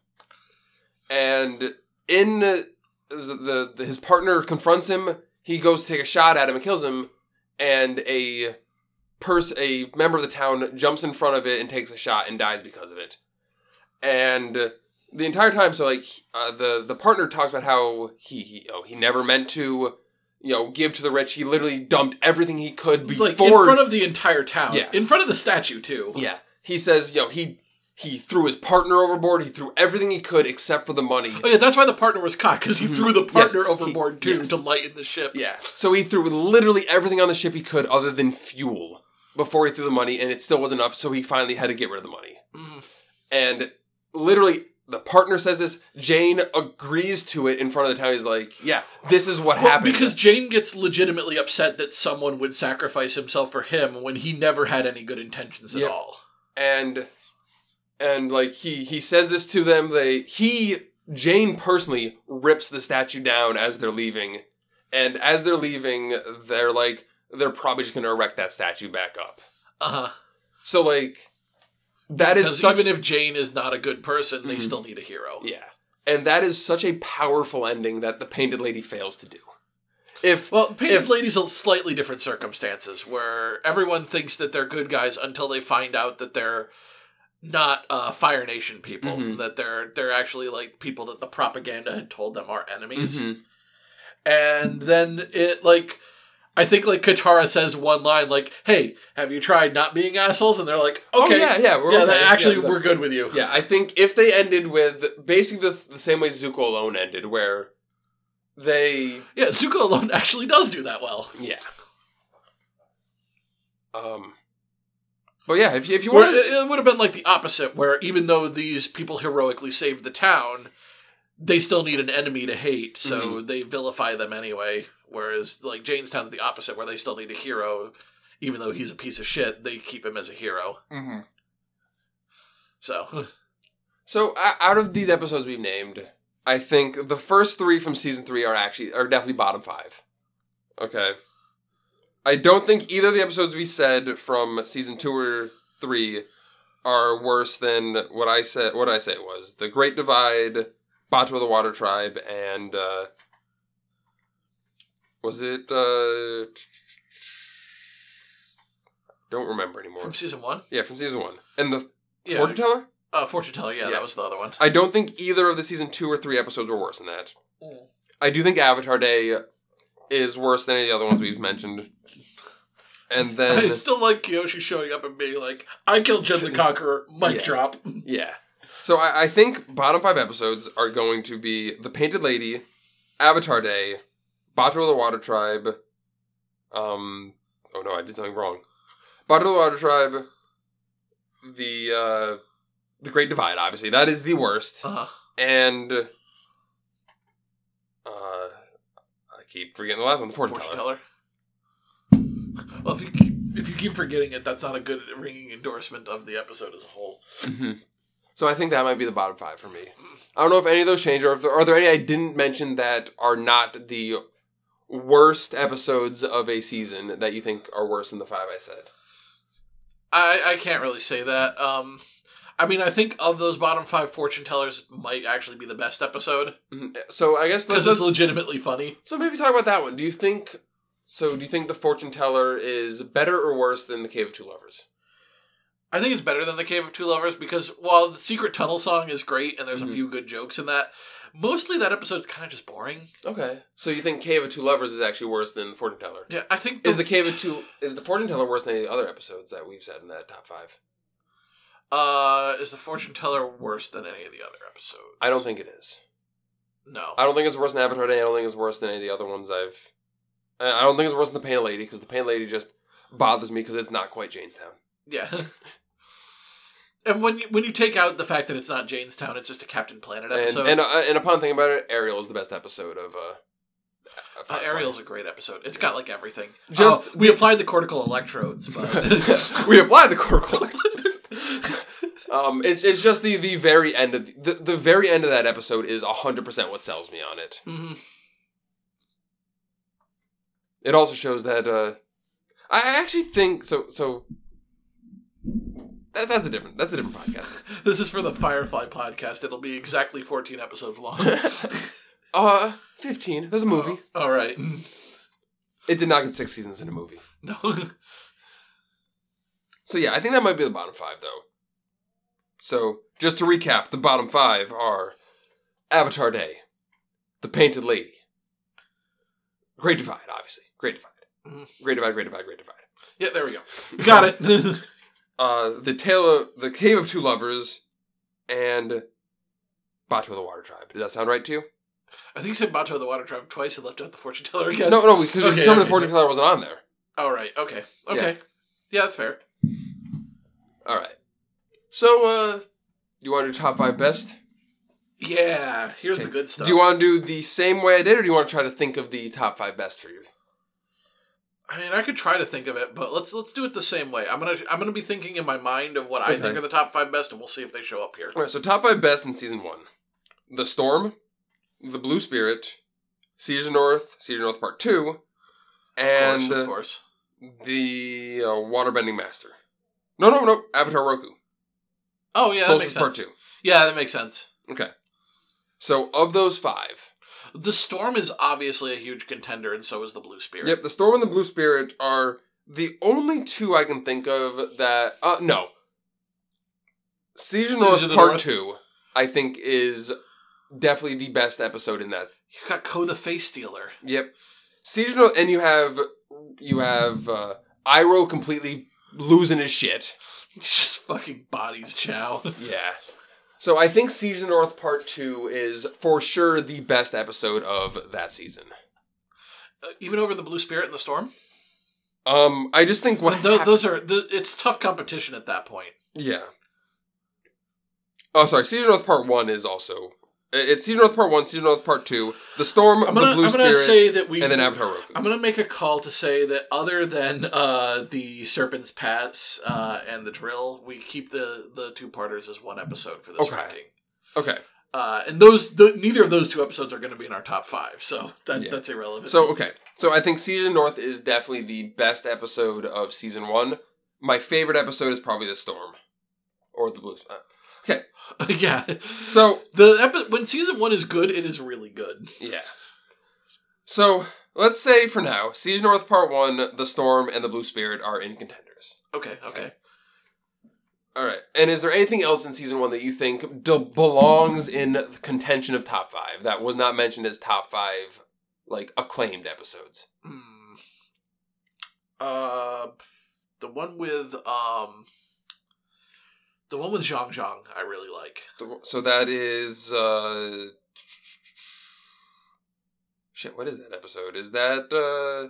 [SPEAKER 2] And in eh, the, the his partner confronts him. He goes to take a shot at him and kills him. And a pers- a member of the town jumps in front of it and takes a shot and dies because of it. And the entire time so like uh, the the partner talks about how he he, oh, he never meant to you know give to the rich he literally dumped everything he could before
[SPEAKER 1] Like in front of the entire town,
[SPEAKER 2] Yeah.
[SPEAKER 1] in front of the statue too.
[SPEAKER 2] yeah he says you know he he threw his partner overboard he threw everything he could except for the money
[SPEAKER 1] Oh yeah, that's why the partner was caught because he
[SPEAKER 2] Mhm.
[SPEAKER 1] threw the partner
[SPEAKER 2] Yes, he-
[SPEAKER 1] overboard too
[SPEAKER 2] yes.
[SPEAKER 1] to lighten the ship.
[SPEAKER 2] yeah so he threw literally everything on the ship he could other than fuel before he threw the money and it still wasn't enough so he finally had to get rid of the money
[SPEAKER 1] Mhm.
[SPEAKER 2] and literally the partner says this jane agrees to it in front of the town he's like yeah this is what
[SPEAKER 1] Well,
[SPEAKER 2] happened
[SPEAKER 1] because Jane gets legitimately upset that someone would sacrifice himself for him when he never had any good intentions at
[SPEAKER 2] Yeah.
[SPEAKER 1] all.
[SPEAKER 2] and and like he he says this to them they he jane personally rips the statue down as they're leaving and as they're leaving they're like they're probably just going to erect that statue back up
[SPEAKER 1] Uh huh.
[SPEAKER 2] so like that is
[SPEAKER 1] Because
[SPEAKER 2] such
[SPEAKER 1] even if Jane is not a good person, they
[SPEAKER 2] Mhm.
[SPEAKER 1] still need a hero.
[SPEAKER 2] yeah and that is such a powerful ending that the painted lady fails to do if
[SPEAKER 1] Well, Painted
[SPEAKER 2] If-
[SPEAKER 1] Ladies are slightly different circumstances where everyone thinks that they're good guys until they find out that they're not uh, Fire Nation people.
[SPEAKER 2] Mhm.
[SPEAKER 1] That they're they're actually like people that the propaganda had told them are enemies.
[SPEAKER 2] Mhm.
[SPEAKER 1] And then it like I think like Katara says one line like, "Hey, have you tried not being assholes?" And they're like, "Okay,
[SPEAKER 2] Oh, yeah yeah we're
[SPEAKER 1] yeah,
[SPEAKER 2] okay.
[SPEAKER 1] that- actually
[SPEAKER 2] Yeah,
[SPEAKER 1] we're good with you."
[SPEAKER 2] Yeah, I think if they ended with basically the, the same way Zuko alone ended, where they
[SPEAKER 1] yeah, Zuko alone actually does do that well.
[SPEAKER 2] yeah. Um, but yeah, if you, if you
[SPEAKER 1] Where
[SPEAKER 2] want,
[SPEAKER 1] it it would have been like the opposite, where even though these people heroically saved the town, they still need an enemy to hate, so
[SPEAKER 2] Mm-hmm.
[SPEAKER 1] they vilify them anyway. Whereas, like, Janestown's the opposite, where they still need a hero. Even though he's a piece of shit, they keep him as a hero.
[SPEAKER 2] mm
[SPEAKER 1] So,
[SPEAKER 2] so uh, out of these episodes we've named, I think the first three from season three are actually are definitely bottom five. Okay, I don't think either of the episodes we said from season two or three are worse than what I said. What I say was the Great Divide, Bato of the Water Tribe, and uh, was it? Uh, don't remember anymore.
[SPEAKER 1] from season one?
[SPEAKER 2] Yeah, from season one. And the
[SPEAKER 1] Yeah.
[SPEAKER 2] fortune teller?
[SPEAKER 1] uh, Fortune Teller, yeah,
[SPEAKER 2] Yeah.
[SPEAKER 1] that was the other one.
[SPEAKER 2] I don't think either of the season two or three episodes were worse than that. I do think Avatar Day is worse than any of the other ones we've mentioned. and
[SPEAKER 1] I
[SPEAKER 2] then
[SPEAKER 1] still like Kyoshi showing up and being like, I killed Jin the Conqueror, mic
[SPEAKER 2] Yeah.
[SPEAKER 1] drop.
[SPEAKER 2] yeah. So I, I think bottom five episodes are going to be the Painted Lady, Avatar Day, Bato of the Water Tribe. Um. Oh no, I did something wrong. Bato of the Water Tribe. The uh, the Great Divide, obviously, that is the worst.
[SPEAKER 1] Uh,
[SPEAKER 2] and uh, I keep forgetting the last one, the fortune, teller.
[SPEAKER 1] Well, if you keep, if you keep forgetting it, that's not a good ringing endorsement of the episode as a whole.
[SPEAKER 2] Mhm. So I think that might be the bottom five for me. I don't know if any of those change, or if there, are there any I didn't mention that are not the worst episodes of a season that you think are worse than the five I said.
[SPEAKER 1] I I can't really say that. Um, I mean, I think of those bottom five fortune tellers might actually be the best episode
[SPEAKER 2] Mhm. So I guess
[SPEAKER 1] because
[SPEAKER 2] let's,
[SPEAKER 1] it's legitimately funny.
[SPEAKER 2] so maybe talk about that one. Do you think so? Do you think the fortune teller is better or worse than the Cave of Two Lovers?
[SPEAKER 1] I think it's better than the Cave of Two Lovers because while the Secret Tunnel song is great and there's
[SPEAKER 2] Mhm.
[SPEAKER 1] a few good jokes in that, mostly that episode's kind of just boring.
[SPEAKER 2] Okay, so you think Cave of Two Lovers is actually worse than the fortune teller?
[SPEAKER 1] Yeah, I think
[SPEAKER 2] Is the cave of two is the fortune teller worse than any of the other episodes that we've said in that top five?
[SPEAKER 1] uh is the fortune teller worse than any of the other episodes?
[SPEAKER 2] I don't think it is.
[SPEAKER 1] no.
[SPEAKER 2] I don't think it's worse than Avatar Day. I don't think it's worse than any of the other ones I've. I I don't think it's worse than the Pain Lady because the Pain Lady just bothers me because it's not quite Jamestown.
[SPEAKER 1] Yeah. and when you, when you take out the fact that it's not Janestown, it's just a Captain Planet
[SPEAKER 2] And
[SPEAKER 1] episode.
[SPEAKER 2] and, uh, and upon thinking about it, Ariel is the best episode of. Uh, uh,
[SPEAKER 1] uh,
[SPEAKER 2] Firefly.
[SPEAKER 1] Ariel's a great episode. It's got like everything.
[SPEAKER 2] Just-
[SPEAKER 1] Just we applied the cortical electrodes, but
[SPEAKER 2] we apply the cortical. um, it's it's just the the very end of the, the very end of that episode is hundred percent what sells me on it.
[SPEAKER 1] Mhm.
[SPEAKER 2] it also shows that uh I I actually think so so that, that's a different that's a different podcast.
[SPEAKER 1] this is for the Firefly podcast. It'll be exactly fourteen episodes long.
[SPEAKER 2] uh 15. There's a movie.
[SPEAKER 1] All right.
[SPEAKER 2] It did not get 6 seasons in a movie.
[SPEAKER 1] No.
[SPEAKER 2] So yeah, I think that might be the bottom 5 though. So, just to recap, the bottom 5 are Avatar Day, The Painted Lady, Great Divide, obviously. Great Divide.
[SPEAKER 1] Mhm.
[SPEAKER 2] Great Divide, Great Divide, Great Divide.
[SPEAKER 1] Yeah, there we go. Got it.
[SPEAKER 2] uh, the tale of the cave of two lovers and Bato of the Water Tribe. Did that sound right to you?
[SPEAKER 1] I think you said Bato the Water Tribe twice and left out the fortune teller again.
[SPEAKER 2] No, no, because you
[SPEAKER 1] Okay,
[SPEAKER 2] told me the
[SPEAKER 1] okay.
[SPEAKER 2] fortune teller wasn't on there.
[SPEAKER 1] All right. Okay. Okay. yeah that's fair.
[SPEAKER 2] All right. So, uh, you want to do top five best?
[SPEAKER 1] Yeah. Here's
[SPEAKER 2] Okay.
[SPEAKER 1] the good stuff.
[SPEAKER 2] Do you want to do the same way I did, or do you want to try to think of the top five best for you?
[SPEAKER 1] I mean, I could try to think of it, but let's let's do it the same way. I'm gonna I'm gonna be thinking in my mind of what I
[SPEAKER 2] Okay.
[SPEAKER 1] think are the top five best, and we'll see if they show up here.
[SPEAKER 2] All right. So, top five best in season one: The Storm, The Blue Spirit, Caesar North, Caesar North Part Two, and
[SPEAKER 1] of course, of course.
[SPEAKER 2] the uh, Waterbending Master. No, no, no. Avatar Roku.
[SPEAKER 1] Oh yeah, that makes
[SPEAKER 2] Solstice
[SPEAKER 1] sense.
[SPEAKER 2] Part Two.
[SPEAKER 1] Yeah, that makes sense.
[SPEAKER 2] Okay. So of those five,
[SPEAKER 1] The storm is obviously a huge contender, and so is the blue spirit.
[SPEAKER 2] yep, the Storm and the Blue Spirit are the only two I can think of that. Uh, no, Siege of
[SPEAKER 1] Siege
[SPEAKER 2] North
[SPEAKER 1] of the
[SPEAKER 2] Part
[SPEAKER 1] North.
[SPEAKER 2] Two, I think is definitely the best episode in that.
[SPEAKER 1] You got Ko the face stealer.
[SPEAKER 2] Yep, Siege of North, and you have you have uh, Iroh completely losing his shit.
[SPEAKER 1] Just fucking bodies, Chow.
[SPEAKER 2] Yeah. So I think Siege of the North Part Two is for sure the best episode of that season.
[SPEAKER 1] Uh, even over the blue spirit and the storm.
[SPEAKER 2] Um, I just think what
[SPEAKER 1] But tho-
[SPEAKER 2] hap-
[SPEAKER 1] those are th- it's tough competition at that point.
[SPEAKER 2] Yeah. Oh, sorry. Season North Part One is also it- it's Season North Part One, Season North Part Two, The Storm,
[SPEAKER 1] I'm gonna
[SPEAKER 2] The Blue
[SPEAKER 1] I'm gonna
[SPEAKER 2] Spirit,
[SPEAKER 1] say that we
[SPEAKER 2] and then Avatar Roku.
[SPEAKER 1] I'm gonna make a call to say that other than uh, the Serpent's Pass uh, and the Drill, we keep the the two parters as one episode for this
[SPEAKER 2] Okay.
[SPEAKER 1] ranking.
[SPEAKER 2] okay,
[SPEAKER 1] Uh, and those th- neither of those two episodes are going to be in our top five, so that,
[SPEAKER 2] Yeah.
[SPEAKER 1] that's irrelevant.
[SPEAKER 2] so okay, so I think Season North is definitely the best episode of Season One. My favorite episode is probably The Storm, or The Blue. Spirit.
[SPEAKER 1] yeah,
[SPEAKER 2] So
[SPEAKER 1] the epi- when season one is good, it is really good.
[SPEAKER 2] yeah. So let's say for now, Season North Part One, The Storm, and The Blue Spirit are in contenders.
[SPEAKER 1] Okay, okay.
[SPEAKER 2] All right. And is there anything else in season one that you think del- belongs in the contention of top five that was not mentioned as top five, like acclaimed episodes?
[SPEAKER 1] Hmm. Uh, the one with um, the one with Zhang Zhang, I really like.
[SPEAKER 2] The- So that is uh shit, what is that episode? Is that uh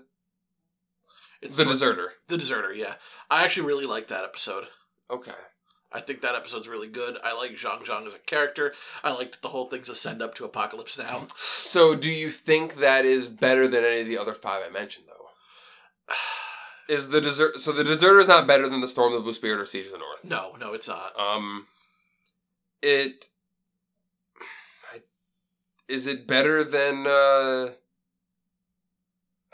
[SPEAKER 1] It's
[SPEAKER 2] The
[SPEAKER 1] the,
[SPEAKER 2] Deserter.
[SPEAKER 1] the Deserter. Yeah, I actually really like that episode.
[SPEAKER 2] Okay.
[SPEAKER 1] I think that episode's really good. I like Zhang Zhang as a character. I like that the whole thing's a send up to Apocalypse Now.
[SPEAKER 2] So do you think that is better than any of the other five I mentioned though? Is the desert so the deserter is not better than the storm, the blue spirit, or siege of the north?
[SPEAKER 1] no, no, it's not.
[SPEAKER 2] Um, it I, is it better than uh? I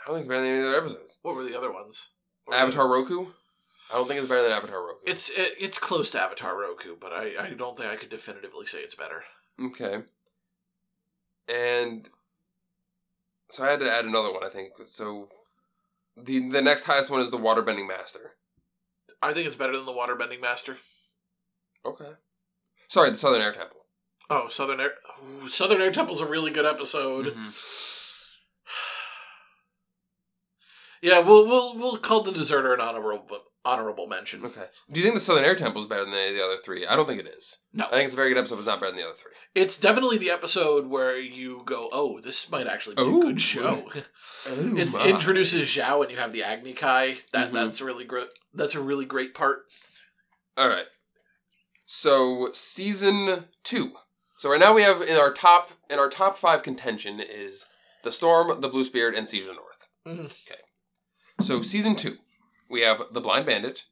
[SPEAKER 2] don't think it's better than any of the other episodes.
[SPEAKER 1] What were the other ones? What were the-
[SPEAKER 2] Avatar Roku. I don't think it's better than Avatar Roku.
[SPEAKER 1] It's it, it's close to Avatar Roku, but I, I don't think I could definitively say it's better.
[SPEAKER 2] okay. And so I had to add another one. I think so. the The next highest one is the Waterbending Master.
[SPEAKER 1] I think it's better than the Waterbending Master.
[SPEAKER 2] Okay. Sorry, the Southern Air Temple.
[SPEAKER 1] Oh, Southern Air ooh, Southern Air Temple's a really good episode.
[SPEAKER 2] Mm-hmm.
[SPEAKER 1] Yeah, we'll we'll we'll call the deserter an honorable honorable mention.
[SPEAKER 2] Okay. Do you think the Southern Air Temple is better than any of the other three? I don't think it is.
[SPEAKER 1] No.
[SPEAKER 2] I think it's a very good episode. But it's not better than the other three.
[SPEAKER 1] It's definitely the episode where you go, "Oh, this might actually be
[SPEAKER 2] Oh,
[SPEAKER 1] a good show." It
[SPEAKER 2] my.
[SPEAKER 1] introduces Zhao, and you have the Agni Kai. That
[SPEAKER 2] Mhm.
[SPEAKER 1] that's a really great. That's a really great part.
[SPEAKER 2] All right. So season two. So right now we have in our top in our top five contention is the storm, the blue spirit, and siege of the north.
[SPEAKER 1] Mhm.
[SPEAKER 2] Okay. So season two, we have the blind bandit,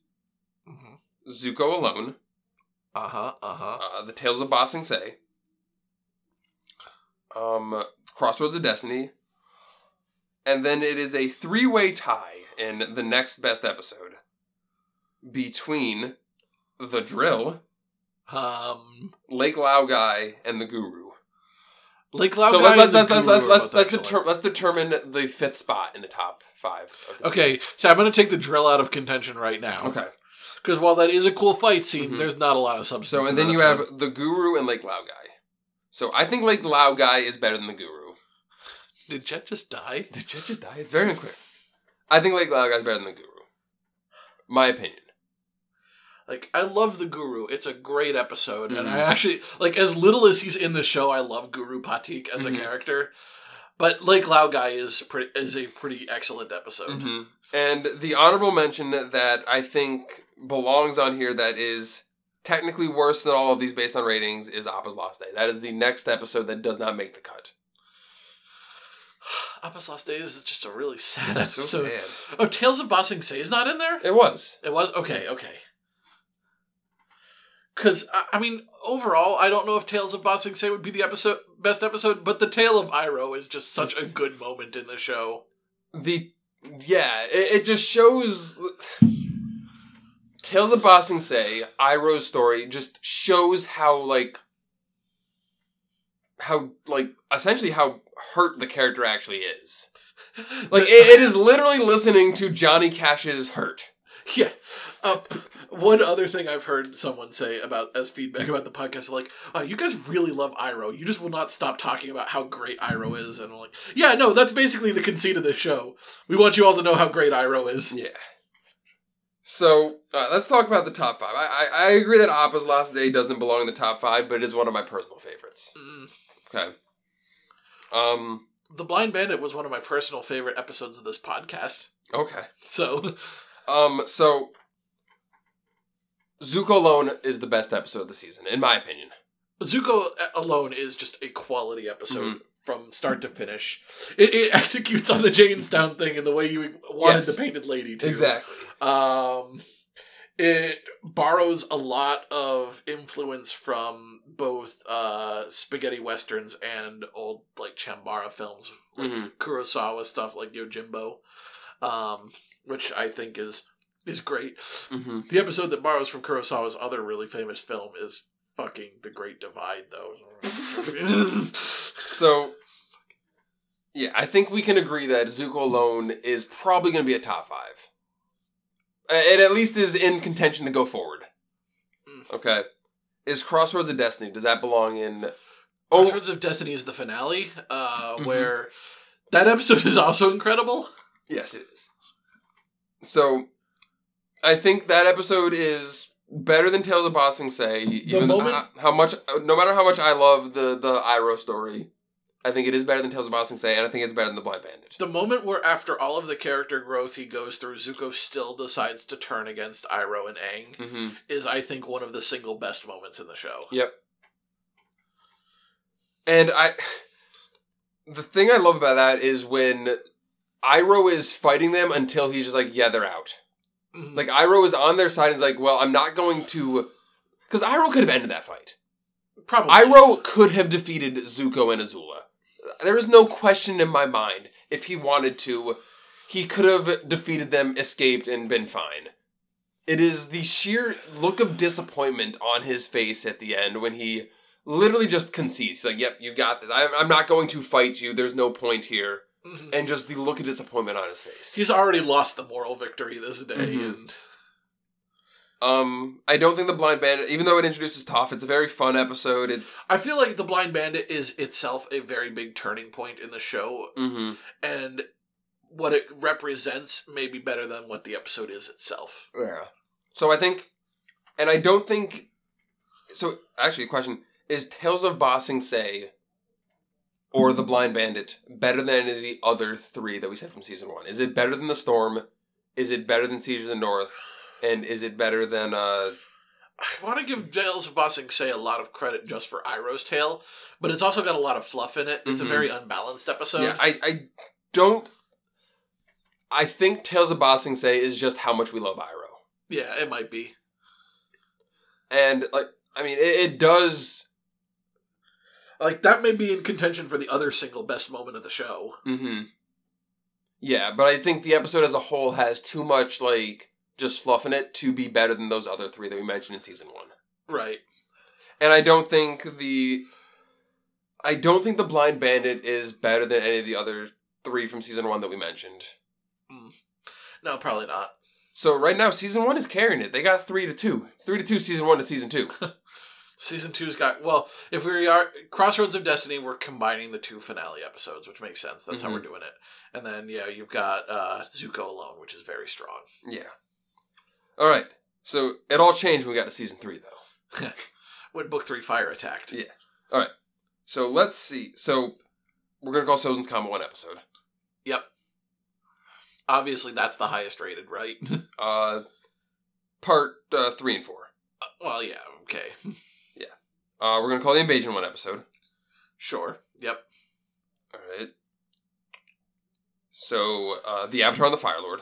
[SPEAKER 2] Zuko alone,
[SPEAKER 1] Uh huh. Uh huh.
[SPEAKER 2] uh, the tales of Ba Sing Se, um, Crossroads of Destiny, and then it is a three way tie in the next best episode between the drill.
[SPEAKER 1] Um,
[SPEAKER 2] Lake Lao guy and the Guru.
[SPEAKER 1] Lake Lao
[SPEAKER 2] so
[SPEAKER 1] Guy and
[SPEAKER 2] let's let's
[SPEAKER 1] the
[SPEAKER 2] let's
[SPEAKER 1] Guru
[SPEAKER 2] let's
[SPEAKER 1] are
[SPEAKER 2] let's,
[SPEAKER 1] both
[SPEAKER 2] let's,
[SPEAKER 1] excellent.
[SPEAKER 2] deter- let's determine the fifth spot in the top five. Of the
[SPEAKER 1] Okay, so I'm going to take the drill out of contention right now.
[SPEAKER 2] season. Okay.
[SPEAKER 1] Because while that is a cool fight scene,
[SPEAKER 2] Mhm.
[SPEAKER 1] there's not a lot of substance.
[SPEAKER 2] So
[SPEAKER 1] in
[SPEAKER 2] and then
[SPEAKER 1] that
[SPEAKER 2] you
[SPEAKER 1] episode.
[SPEAKER 2] have the Guru and Lake Lao guy. So I think Lake Lao guy is better than the Guru.
[SPEAKER 1] Did Jet just die?
[SPEAKER 2] Did Jet just die? It's very unclear. I think Lake Lao guy's better than the Guru. My opinion.
[SPEAKER 1] Like, I love the Guru. It's a great episode. And I
[SPEAKER 2] Mhm.
[SPEAKER 1] actually, like, as little as he's in the show, I love Guru Patik as
[SPEAKER 2] Mhm.
[SPEAKER 1] a character. But Lake Lao Guy is, pretty, is a pretty excellent episode.
[SPEAKER 2] Mm-hmm. And the honorable mention that I think belongs on here that is technically worse than all of these based on ratings is Appa's Lost Day. That is the next episode that does not make the cut.
[SPEAKER 1] Appa's Lost Days is just a really sad
[SPEAKER 2] That's so
[SPEAKER 1] episode.
[SPEAKER 2] sad.
[SPEAKER 1] Oh, Tales of Bossing Se is not in there?
[SPEAKER 2] It was.
[SPEAKER 1] It was okay, okay. Because I, I mean, overall, I don't know if Tales of Bossing Say would be the episode best episode, but the tale of Iroh is just such a good moment in the show.
[SPEAKER 2] The yeah, it, it just shows Tales of Bossing Say, Iroh's story just shows how like how like essentially how hurt the character actually is. Like it, it is literally listening to Johnny Cash's hurt.
[SPEAKER 1] yeah. Uh, one other thing I've heard someone say about as feedback about the podcast, like, "Oh, you guys really love Iroh. You just will not stop talking about how great Iroh is." And I'm like, "Yeah, no, that's basically the conceit of this show. We want you all to know how great Iroh is."
[SPEAKER 2] Yeah. So uh, let's talk about the top five. I, I I agree that Appa's Last Day doesn't belong in the top five, but it is one of my personal favorites.
[SPEAKER 1] Mm.
[SPEAKER 2] Okay. Um.
[SPEAKER 1] The Blind Bandit was one of my personal favorite episodes of this podcast.
[SPEAKER 2] Okay.
[SPEAKER 1] So,
[SPEAKER 2] Um, so Zuko alone is the best episode of the season, in my opinion.
[SPEAKER 1] Zuko alone is just a quality episode
[SPEAKER 2] Mm-hmm.
[SPEAKER 1] from start to finish. It, it executes on the Janestown thing in the way you wanted
[SPEAKER 2] Yes.
[SPEAKER 1] the Painted Lady to.
[SPEAKER 2] Exactly.
[SPEAKER 1] Um, it borrows a lot of influence from both uh, spaghetti westerns and old like Chambara films, like
[SPEAKER 2] Mhm.
[SPEAKER 1] Kurosawa stuff, like Yojimbo, um, which I think is is great.
[SPEAKER 2] Mm-hmm.
[SPEAKER 1] The episode that borrows from Kurosawa's other really famous film is fucking The Great Divide, though.
[SPEAKER 2] So yeah, I think we can agree that Zuko alone is probably going to be a top five. Uh, It at least is in contention to go forward.
[SPEAKER 1] Mm.
[SPEAKER 2] Okay, is Crossroads of Destiny? Does that belong in? Oh,
[SPEAKER 1] Crossroads of Destiny is the finale, uh,
[SPEAKER 2] Mhm.
[SPEAKER 1] where that episode is also incredible.
[SPEAKER 2] yes, it is. So I think that episode is better than Tales of Bossing Say. Even
[SPEAKER 1] moment-
[SPEAKER 2] ho- how, much, no matter how much I love the the Iroh story, I think it is better than Tales of Bossing Say, and I think it's better than the Blind Bandit.
[SPEAKER 1] The moment where, after all of the character growth he goes through, Zuko still decides to turn against Iroh and Aang
[SPEAKER 2] Mm-hmm.
[SPEAKER 1] is, I think, one of the single best moments in the show.
[SPEAKER 2] And I, the thing I love about that is when Iroh is fighting them until he's just like, yeah, they're out.
[SPEAKER 1] Mhm.
[SPEAKER 2] Like Iroh is on their side and is like, well, I'm not going to, because Iroh could have ended that fight.
[SPEAKER 1] probably.
[SPEAKER 2] Iroh could have defeated Zuko and Azula. There is no question in my mind. If he wanted to, he could have defeated them, escaped, and been fine. It is the sheer look of disappointment on his face at the end when he literally just concedes. He's like, yep, you got this. I'm, I'm not going to fight you. There's no point here.
[SPEAKER 1] Mhm.
[SPEAKER 2] And just the look of disappointment on his face.
[SPEAKER 1] He's already lost the moral victory this day,
[SPEAKER 2] Mhm.
[SPEAKER 1] and
[SPEAKER 2] Um, I don't think the Blind Bandit, even though it introduces Toph, it's a very fun episode. It's.
[SPEAKER 1] I feel like the Blind Bandit is itself a very big turning point in the show,
[SPEAKER 2] Mm-hmm.
[SPEAKER 1] and what it represents may be better than what the episode is itself.
[SPEAKER 2] Yeah. So I think, and I don't think. So actually, question is: Tales of Bossing Say or The Blind Bandit better than any of the other three that we said from season one? Is it better than The Storm? Is it better than Siege of the North? And is it better than uh?
[SPEAKER 1] I want to give Tales of Bossing Say a lot of credit just for Iroh's tale, but it's also got a lot of fluff in it. It's
[SPEAKER 2] Mhm.
[SPEAKER 1] a very unbalanced episode.
[SPEAKER 2] yeah, I I don't. I think Tales of Bossing Say is just how much we love Iroh.
[SPEAKER 1] Yeah, it might be.
[SPEAKER 2] and like I mean, it, it does.
[SPEAKER 1] Like that may be in contention for the other single best moment of the show.
[SPEAKER 2] hmm Yeah, but I think the episode as a whole has too much like just fluff in it to be better than those other three that we mentioned in season one.
[SPEAKER 1] Right.
[SPEAKER 2] And I don't think the, I don't think the Blind Bandit is better than any of the other three from season one that we mentioned.
[SPEAKER 1] No, probably not.
[SPEAKER 2] So right now, season one is carrying it. They got three to two. It's three to two. Season one to season two.
[SPEAKER 1] Season two's got well, if we are Crossroads of Destiny, we're combining the two finale episodes, which makes sense. That's how we're doing it. And then yeah, you've got uh Zuko alone, which is very strong.
[SPEAKER 2] yeah. All right. So it all changed when we got to season three, though.
[SPEAKER 1] When book three fire attacked.
[SPEAKER 2] Yeah. So let's see. So we're gonna call Sozin's Comma one episode.
[SPEAKER 1] Obviously that's the highest rated, right?
[SPEAKER 2] Uh, part uh, three and four.
[SPEAKER 1] well, yeah, okay.
[SPEAKER 2] Uh, we're gonna call the invasion one episode.
[SPEAKER 1] Sure. Yep.
[SPEAKER 2] All right. So uh, the Avatar and the Fire Lord,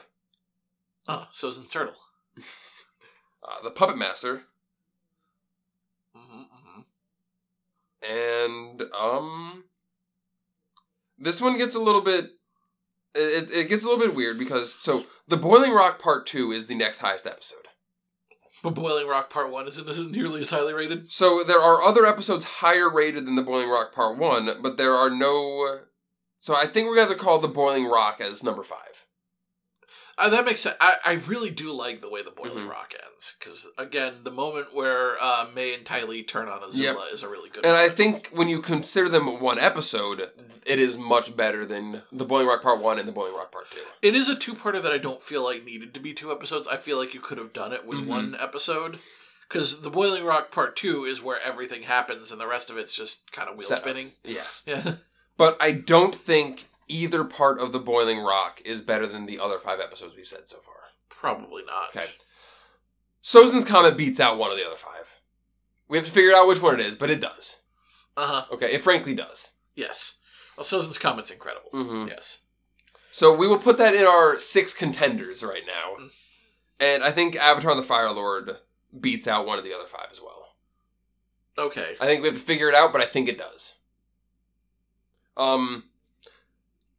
[SPEAKER 1] Oh, Sozin's Turtle.
[SPEAKER 2] uh, the Puppet Master,
[SPEAKER 1] hmm hmm
[SPEAKER 2] and um, this one gets a little bit. It, it gets a little bit weird because so the Boiling Rock Part Two is the next highest episode.
[SPEAKER 1] But Boiling Rock Part One isn't, isn't nearly as highly rated.
[SPEAKER 2] So there are other episodes higher rated than the Boiling Rock Part One, but there are no. So I think we're gonna have to call the Boiling Rock as number five.
[SPEAKER 1] Uh, that makes sense. I, I really do like the way the Boiling
[SPEAKER 2] Mhm.
[SPEAKER 1] Rock ends because again, the moment where uh, May and Ty Lee turn on Azula
[SPEAKER 2] Yep.
[SPEAKER 1] is a really good.
[SPEAKER 2] And I
[SPEAKER 1] moment.
[SPEAKER 2] think when you consider them one episode, it is much better than the Boiling Rock Part One and the Boiling Rock Part Two.
[SPEAKER 1] it is a two-parter that I don't feel like needed to be two episodes. I feel like you could have done it with
[SPEAKER 2] Mhm.
[SPEAKER 1] one episode because the Boiling Rock Part Two is where everything happens, and the rest of it's just kind of wheel
[SPEAKER 2] Setup.
[SPEAKER 1] spinning.
[SPEAKER 2] Yeah,
[SPEAKER 1] Yeah,
[SPEAKER 2] but I don't think either part of the Boiling Rock is better than the other five episodes we've said so far.
[SPEAKER 1] probably not.
[SPEAKER 2] Okay. Sozin's Comet beats out one of the other five. We have to figure out which one it is, but it does.
[SPEAKER 1] Uh huh.
[SPEAKER 2] Okay, it frankly does.
[SPEAKER 1] Yes. Well, Sozin's comment's incredible.
[SPEAKER 2] Mm-hmm.
[SPEAKER 1] Yes.
[SPEAKER 2] So we will put that in our six contenders right now.
[SPEAKER 1] Mm.
[SPEAKER 2] And I think Avatar the Fire Lord beats out one of the other five as well.
[SPEAKER 1] Okay.
[SPEAKER 2] I think we have to figure it out, but I think it does. Um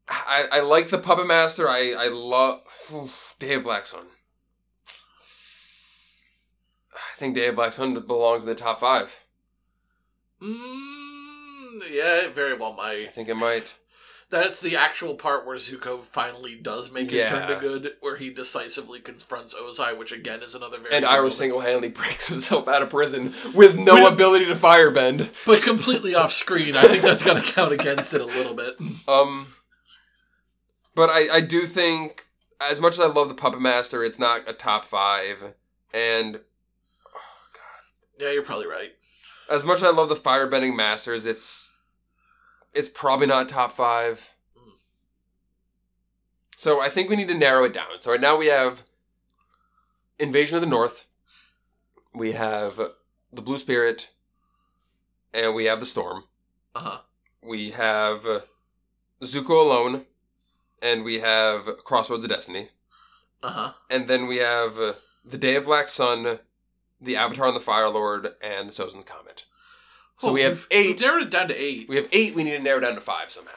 [SPEAKER 2] I, I like the Puppet Master. I, I love oof, Day of Black Sun. I think Day of Black Sun belongs in the top five.
[SPEAKER 1] Mm, yeah, it very well might.
[SPEAKER 2] I think it might.
[SPEAKER 1] That's the actual part where Zuko finally does make his turn
[SPEAKER 2] Yeah.
[SPEAKER 1] to good, where he decisively confronts Ozai, which again is another very
[SPEAKER 2] and
[SPEAKER 1] good
[SPEAKER 2] Iroh
[SPEAKER 1] moment.
[SPEAKER 2] single handedly breaks himself out of prison with no
[SPEAKER 1] With-
[SPEAKER 2] ability to firebend.
[SPEAKER 1] but completely off screen. I think that's gonna count against it a little bit.
[SPEAKER 2] Um, but I, I do think I- as much as I love the Puppet Master, it's not a top five. And
[SPEAKER 1] Yeah, you're probably right.
[SPEAKER 2] as much as I love the Firebending Masters, it's it's probably not top five.
[SPEAKER 1] Mm.
[SPEAKER 2] So I think we need to narrow it down. So right now we have Invasion of the North, we have the Blue Spirit, and we have the Storm.
[SPEAKER 1] Uh huh.
[SPEAKER 2] We have Zuko alone, and we have Crossroads of Destiny.
[SPEAKER 1] Uh huh.
[SPEAKER 2] And then we have uh, the Day of Black Sun, the Avatar and the Fire Lord, and the Sozin's Comet. So we have eight.
[SPEAKER 1] narrowed it down to eight.
[SPEAKER 2] We have eight. We need to narrow down to five somehow.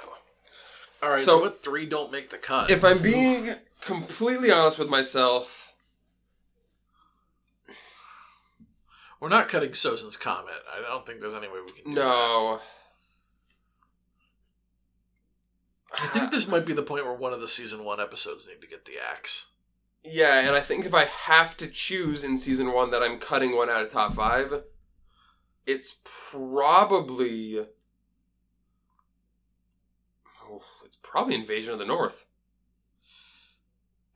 [SPEAKER 1] All right. So,
[SPEAKER 2] so-
[SPEAKER 1] what three don't make the cut?
[SPEAKER 2] If I'm being completely honest with myself,
[SPEAKER 1] we're not cutting Sozin's comment, I don't think there's any way we can. Do that.
[SPEAKER 2] no.
[SPEAKER 1] I think this might be the point where one of the season one episodes need to get the axe.
[SPEAKER 2] Yeah, and I think if I have to choose in season one that I'm cutting one out of top five, it's probably. Oh, it's probably Invasion of the North.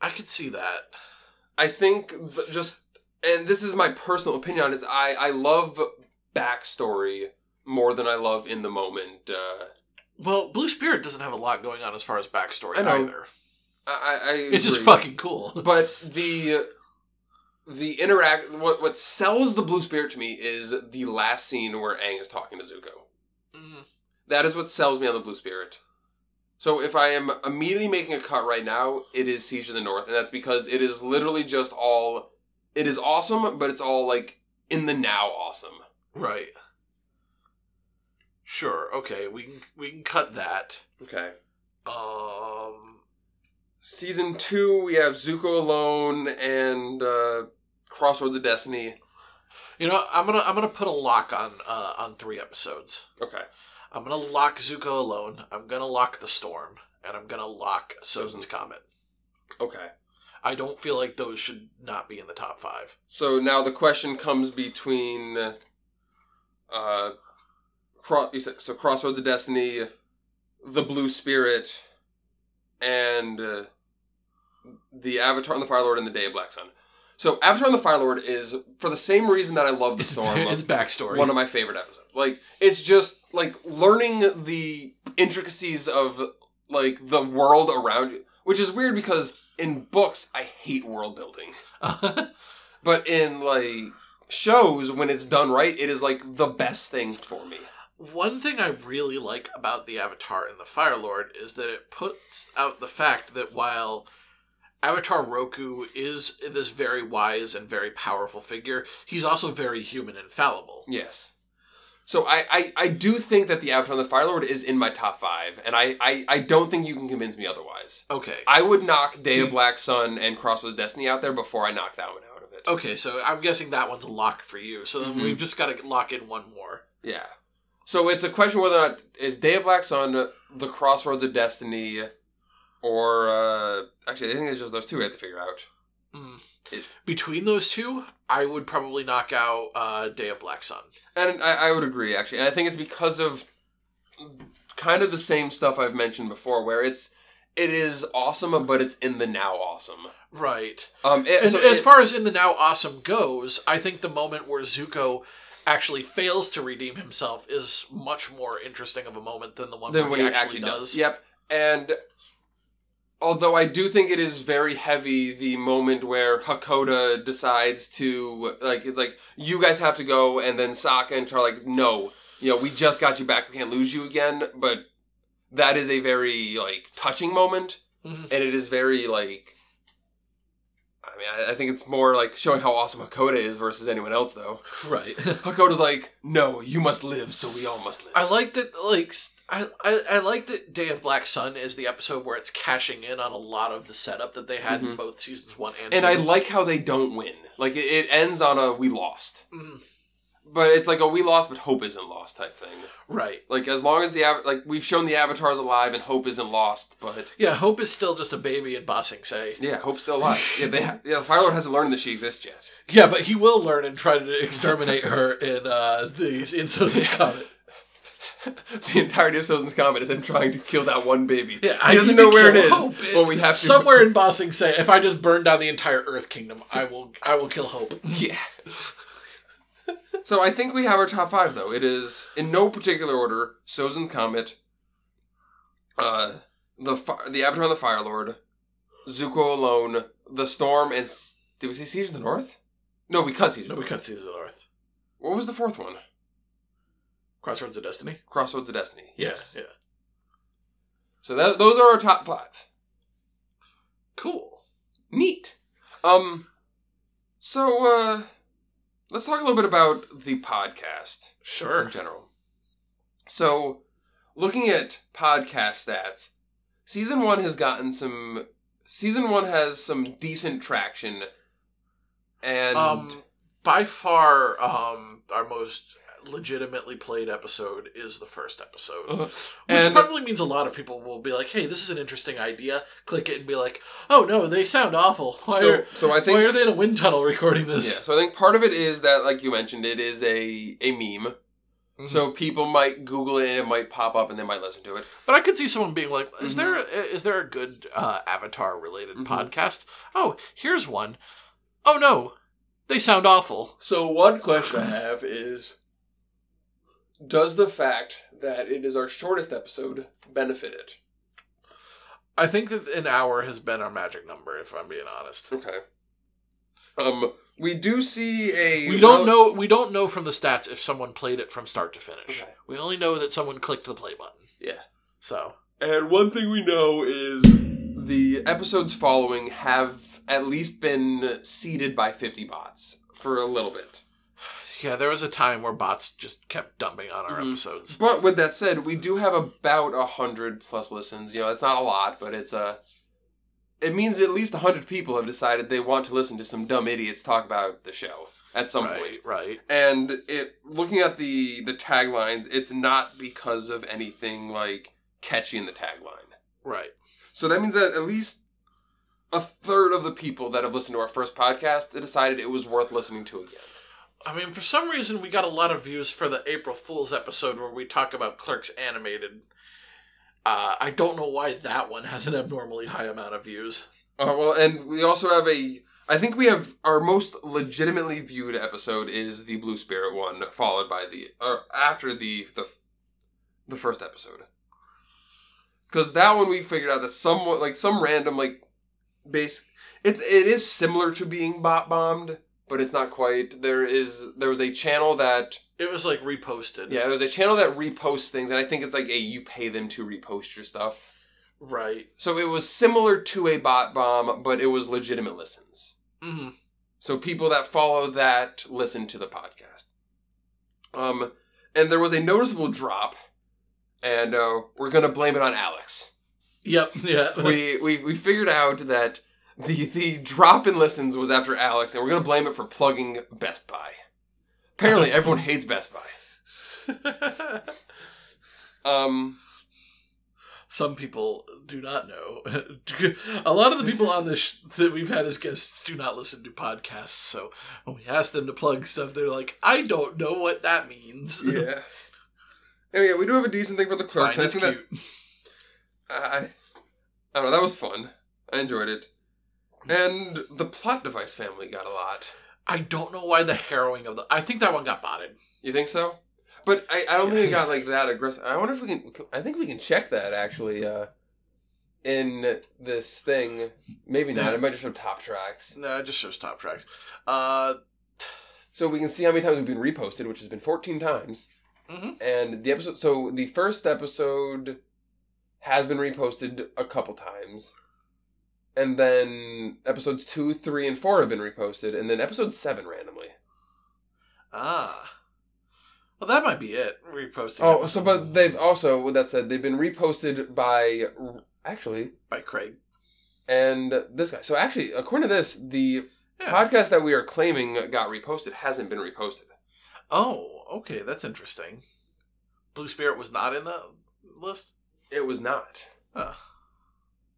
[SPEAKER 1] I could see that.
[SPEAKER 2] I think th- just and this is my personal opinion on it, is I I love backstory more than I love in the moment. Uh,
[SPEAKER 1] Well, Blue Spirit doesn't have a lot going on as far as backstory
[SPEAKER 2] I know.
[SPEAKER 1] either.
[SPEAKER 2] I, I- I
[SPEAKER 1] It's just
[SPEAKER 2] agree.
[SPEAKER 1] fucking cool.
[SPEAKER 2] But the the interact what what sells the blue spirit to me is the last scene where Aang is talking to Zuko.
[SPEAKER 1] Mm,
[SPEAKER 2] That is what sells me on the blue spirit. So if I am immediately making a cut right now, it is Siege of the North, and that's because it is literally just all. It is awesome, but it's all like in the now awesome.
[SPEAKER 1] right. Sure. Okay. We can we can cut that.
[SPEAKER 2] Okay.
[SPEAKER 1] Um.
[SPEAKER 2] Season two, we have Zuko alone and uh, Crossroads of Destiny.
[SPEAKER 1] You know, I'm gonna I'm gonna put a lock on uh, on three episodes.
[SPEAKER 2] Okay.
[SPEAKER 1] I'm gonna lock Zuko alone. I'm gonna lock the storm, and I'm gonna lock Sozin's
[SPEAKER 2] Mm-hmm.
[SPEAKER 1] Comet.
[SPEAKER 2] Okay.
[SPEAKER 1] I don't feel like those should not be in the top five.
[SPEAKER 2] So now the question comes between, uh, cro- you said, so Crossroads of Destiny, the Blue Spirit, and uh, the Avatar and the Fire Lord and the Day of Black Sun. So Avatar and the Fire Lord is for the same reason that I love the
[SPEAKER 1] It's,
[SPEAKER 2] storm.
[SPEAKER 1] it's backstory.
[SPEAKER 2] one of my favorite episodes. Like it's just like learning the intricacies of like the world around you, which is weird because in books I hate world building, but in like shows when it's done right, it is like the best thing for me.
[SPEAKER 1] One thing I really like about the Avatar and the Fire Lord is that it puts out the fact that while Avatar Roku is this very wise and very powerful figure, he's also very human and fallible.
[SPEAKER 2] Yes. So I, I, I do think that the Avatar and the Fire Lord is in my top five, and I, I, I don't think you can convince me otherwise.
[SPEAKER 1] Okay.
[SPEAKER 2] I would knock Day
[SPEAKER 1] See-
[SPEAKER 2] of Black Sun and Crossroads of Destiny out there before I knock that one out of it.
[SPEAKER 1] Okay, so I'm guessing that one's a lock for you. So then
[SPEAKER 2] Mhm.
[SPEAKER 1] we've just got to lock in one more.
[SPEAKER 2] Yeah. So it's a question whether or not is Day of Black Sun the crossroads of destiny, or uh, actually I think it's just those two we have to figure out.
[SPEAKER 1] Mm.
[SPEAKER 2] It-
[SPEAKER 1] Between those two, I would probably knock out uh, Day of Black Sun.
[SPEAKER 2] And I, I would agree actually, and I think it's because of kind of the same stuff I've mentioned before, where it's it is awesome, but it's in the now awesome.
[SPEAKER 1] Right.
[SPEAKER 2] Um, it-
[SPEAKER 1] And
[SPEAKER 2] so
[SPEAKER 1] as
[SPEAKER 2] it-
[SPEAKER 1] far as in the now awesome goes, I think the moment where Zuko actually fails to redeem himself is much more interesting of a moment than the one
[SPEAKER 2] than
[SPEAKER 1] where
[SPEAKER 2] when
[SPEAKER 1] he, actually, does.
[SPEAKER 2] Yep. And although I do think it is very heavy, the moment where Hakoda decides to like, it's like you guys have to go, and then Sokka and Tar are like, no, you know, we just got you back, we can't lose you again. But that is a very like touching moment,
[SPEAKER 1] Mhm.
[SPEAKER 2] and it is very like. I mean, I, I think it's more like showing how awesome Hakoda is versus anyone else, though.
[SPEAKER 1] Right.
[SPEAKER 2] Hakoda's like, no, you must live, so we all must live.
[SPEAKER 1] I like that. Like s- I, I, I like that. Day of Black Sun is the episode where it's cashing in on a lot of the setup that they had in
[SPEAKER 2] Mhm.
[SPEAKER 1] both seasons one and
[SPEAKER 2] and I
[SPEAKER 1] two.
[SPEAKER 2] like how they don't win. Like it, it ends on a we lost,
[SPEAKER 1] Mhm.
[SPEAKER 2] but it's like a we lost, but hope isn't lost type thing.
[SPEAKER 1] right.
[SPEAKER 2] Like as long as the av- like we've shown the avatars alive and hope isn't lost, but
[SPEAKER 1] Yeah, Hope is still just a baby in Ba Sing Se.
[SPEAKER 2] yeah, hope's still alive. yeah, they ha- yeah, the Firelord hasn't learned that she exists yet.
[SPEAKER 1] Yeah, but he will learn and try to exterminate her in uh, the in Sozin's Comet.
[SPEAKER 2] the entirety of Sozin's comment is him trying to kill that one baby.
[SPEAKER 1] Yeah, I
[SPEAKER 2] he doesn't
[SPEAKER 1] need
[SPEAKER 2] know
[SPEAKER 1] to
[SPEAKER 2] where it
[SPEAKER 1] kill
[SPEAKER 2] is.
[SPEAKER 1] Hope.
[SPEAKER 2] When we have to,
[SPEAKER 1] Somewhere in Bossing say, if I just burn down the entire Earth Kingdom, I will I will kill Hope.
[SPEAKER 2] Yeah. so I think we have our top five though. It is in no particular order: Sozin's Comet, uh, the fi- the Avatar of the Fire Lord, Zuko alone, the Storm, and S- did we say Siege of the North? No, we cut Siege. Of the
[SPEAKER 1] No, we
[SPEAKER 2] North.
[SPEAKER 1] can't see the Earth.
[SPEAKER 2] What was the fourth one?
[SPEAKER 1] Crossroads of Destiny.
[SPEAKER 2] Crossroads of Destiny. Yes.
[SPEAKER 1] Yeah.
[SPEAKER 2] So that, those are our top five.
[SPEAKER 1] Cool.
[SPEAKER 2] Neat. Um. So uh, let's talk a little bit about the podcast. in
[SPEAKER 1] Sure.
[SPEAKER 2] general. So, looking at podcast stats, season one has gotten some. Season one has some decent traction, and
[SPEAKER 1] Um, by far, um, our most legitimately played episode is the first episode,
[SPEAKER 2] Uh,
[SPEAKER 1] which
[SPEAKER 2] and-
[SPEAKER 1] probably means a lot of people will be like, "Hey, this is an interesting idea." Click it and be like, "Oh no, they sound awful. Why,
[SPEAKER 2] so
[SPEAKER 1] are,
[SPEAKER 2] so I think
[SPEAKER 1] why are they in a wind tunnel recording
[SPEAKER 2] yeah.
[SPEAKER 1] this?"
[SPEAKER 2] So I think part of it is that, like you mentioned, it is a a meme.
[SPEAKER 1] Mhm.
[SPEAKER 2] So people might Google it and it might pop up and they might listen to it.
[SPEAKER 1] But I could see someone being like, "Is
[SPEAKER 2] Mhm.
[SPEAKER 1] there is there a good uh, Avatar related
[SPEAKER 2] Mhm.
[SPEAKER 1] podcast? Oh, here's one. Oh no, they sound awful.
[SPEAKER 2] So one question I have is does the fact that it is our shortest episode benefit it?
[SPEAKER 1] I think that an hour has been our magic number, if I'm being honest.
[SPEAKER 2] Okay. Um, we do see a.
[SPEAKER 1] We don't know. We don't know from the stats if someone played it from start to finish.
[SPEAKER 2] Okay.
[SPEAKER 1] We only know that someone clicked the play button.
[SPEAKER 2] Yeah.
[SPEAKER 1] So
[SPEAKER 2] And one thing we know is the episodes following have at least been seeded by fifty bots for a little bit.
[SPEAKER 1] yeah, there was a time where bots just kept dumping on our
[SPEAKER 2] Mhm.
[SPEAKER 1] episodes.
[SPEAKER 2] But with that said, we do have about a hundred plus listens. You know, it's not a lot, but it's a. It means at least a hundred people have decided they want to listen to some dumb idiots talk about the show at some point.
[SPEAKER 1] Right. Right.
[SPEAKER 2] and it looking at the the taglines it's not because of anything like catchy in the tagline
[SPEAKER 1] Right.
[SPEAKER 2] so that means that at least a third of the people that have listened to our first podcast they decided it was worth listening to again
[SPEAKER 1] I mean, for some reason, we got a lot of views for the April Fool's episode where we talk about Clerks animated. Uh, I don't know why that one has an abnormally high amount of views.
[SPEAKER 2] uh, well and we also have a i think we have our most legitimately viewed episode is the blue spirit one followed by the or after the the, the first episode because that one we figured out that somewhat like some random like base it's it is similar to being bot bombed but it's not quite there is there was a channel that
[SPEAKER 1] It was like reposted.
[SPEAKER 2] yeah there's a channel that reposts things and i think it's like a you pay them to repost your stuff
[SPEAKER 1] Right.
[SPEAKER 2] so it was similar to a bot bomb but it was legitimate listens
[SPEAKER 1] hmm
[SPEAKER 2] so people that follow that listen to the podcast. Um, and there was a noticeable drop, and uh, we're gonna blame it on Alex.
[SPEAKER 1] Yep. Yeah.
[SPEAKER 2] we, we we figured out that the the drop in listens was after Alex, and we're gonna blame it for plugging Best Buy. Apparently, everyone hates Best Buy. Um,
[SPEAKER 1] Some people do not know. a lot of the people on this sh- that we've had as guests do not listen to podcasts. So when we ask them to plug stuff, they're like, "I don't know what that means."
[SPEAKER 2] yeah. Anyway, we do have a decent thing for the
[SPEAKER 1] Fine,
[SPEAKER 2] clerks. and I
[SPEAKER 1] it's
[SPEAKER 2] think that
[SPEAKER 1] cute.
[SPEAKER 2] I, I don't know. That was fun. I enjoyed it. And the plot device family got a lot.
[SPEAKER 1] I don't know why the harrowing of the. I think that one got botted.
[SPEAKER 2] You think so? But I, I don't think it got like that aggressive. I wonder if we can. I think we can check that actually. Uh, in this thing, maybe not. It might just show top tracks,
[SPEAKER 1] No, it just shows top tracks. Uh,
[SPEAKER 2] so we can see how many times we've been reposted, which has been fourteen times. Mm-hmm.
[SPEAKER 1] Mhm.
[SPEAKER 2] And the episode. So the first episode has been reposted a couple times. And then episodes two, three, and four have been reposted, and then episode seven randomly.
[SPEAKER 1] ah. Well, that might be it. Reposting.
[SPEAKER 2] Oh,
[SPEAKER 1] episode
[SPEAKER 2] so but they've also with that said they've been reposted by actually
[SPEAKER 1] by Craig.
[SPEAKER 2] and this guy. So actually, according to this, the
[SPEAKER 1] Yeah.
[SPEAKER 2] podcast that we are claiming got reposted hasn't been reposted.
[SPEAKER 1] Oh, okay, that's interesting. Blue Spirit was not in the list.
[SPEAKER 2] It was not.
[SPEAKER 1] Huh.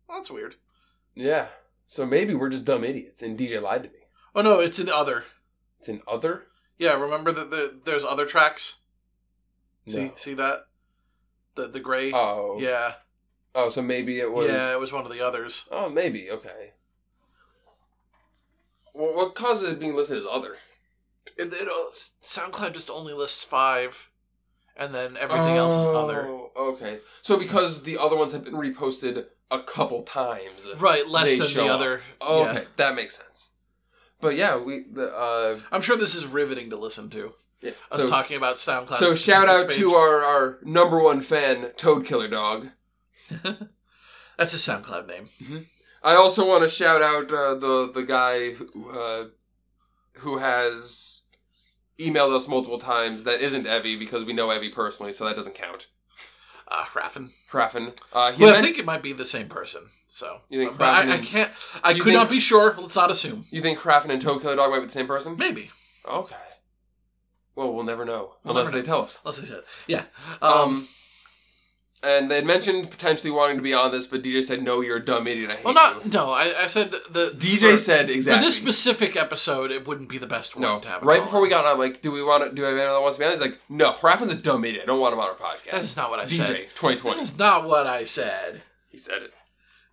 [SPEAKER 1] Well, that's weird.
[SPEAKER 2] Yeah. So maybe we're just dumb idiots, and DJ lied to me.
[SPEAKER 1] Oh no, it's in other.
[SPEAKER 2] It's an other.
[SPEAKER 1] Yeah, remember that the, there's other tracks. See,
[SPEAKER 2] No.
[SPEAKER 1] see that? the the gray.
[SPEAKER 2] Oh.
[SPEAKER 1] yeah,
[SPEAKER 2] Oh, so maybe it was.
[SPEAKER 1] yeah, it was one of the others.
[SPEAKER 2] Oh, maybe. Okay. Well, what causes it being listed as other?
[SPEAKER 1] It, it, uh, SoundCloud just only lists five, and then everything else is other.
[SPEAKER 2] Oh, Okay. So because the other ones have been reposted a couple times.
[SPEAKER 1] Right, less
[SPEAKER 2] Oh. They
[SPEAKER 1] than
[SPEAKER 2] show
[SPEAKER 1] the
[SPEAKER 2] up.
[SPEAKER 1] other.
[SPEAKER 2] Oh,
[SPEAKER 1] yeah.
[SPEAKER 2] okay, that makes sense. But yeah, we the, uh
[SPEAKER 1] I'm sure this is riveting to listen to.
[SPEAKER 2] yeah.
[SPEAKER 1] Us
[SPEAKER 2] so,
[SPEAKER 1] talking about SoundCloud.
[SPEAKER 2] so shout out
[SPEAKER 1] statistics
[SPEAKER 2] to
[SPEAKER 1] page.
[SPEAKER 2] our our number one fan, Toad Killer Dog.
[SPEAKER 1] That's his SoundCloud name.
[SPEAKER 2] I also want to shout out uh, the the guy who uh, who has emailed us multiple times that isn't Evie because we know Evie personally, so that doesn't count.
[SPEAKER 1] Uh, Raffin.
[SPEAKER 2] Raffin. Uh, he
[SPEAKER 1] Well, I
[SPEAKER 2] meant-
[SPEAKER 1] think it might be the same person. So,
[SPEAKER 2] You think
[SPEAKER 1] but I, I
[SPEAKER 2] Raffin-
[SPEAKER 1] can't. I
[SPEAKER 2] You
[SPEAKER 1] could
[SPEAKER 2] think-
[SPEAKER 1] not be sure. Let's not assume.
[SPEAKER 2] you think Raffin and Toad Killer Dog might be the same person?
[SPEAKER 1] Maybe.
[SPEAKER 2] Okay. Well, we'll never know
[SPEAKER 1] We'll
[SPEAKER 2] unless
[SPEAKER 1] never
[SPEAKER 2] they tell us.
[SPEAKER 1] Let's just, yeah. Um,
[SPEAKER 2] Um, and they had mentioned potentially wanting to be on this, but DJ said, "No, you're a dumb idiot. I hate
[SPEAKER 1] well, not
[SPEAKER 2] you."
[SPEAKER 1] no. I, I said the
[SPEAKER 2] DJ
[SPEAKER 1] for-
[SPEAKER 2] said exactly.
[SPEAKER 1] for this specific episode, it wouldn't be the best one
[SPEAKER 2] no,
[SPEAKER 1] to have. a
[SPEAKER 2] right
[SPEAKER 1] call
[SPEAKER 2] before we got on, I'm like, "Do we want to? Do I have anyone that wants to be on?" He's like, "No, Haraffin's a dumb idiot. I don't want him on our
[SPEAKER 1] on.
[SPEAKER 2] podcast."
[SPEAKER 1] That's not what I said.
[SPEAKER 2] DJ 2020.
[SPEAKER 1] That's not what I said.
[SPEAKER 2] he said it.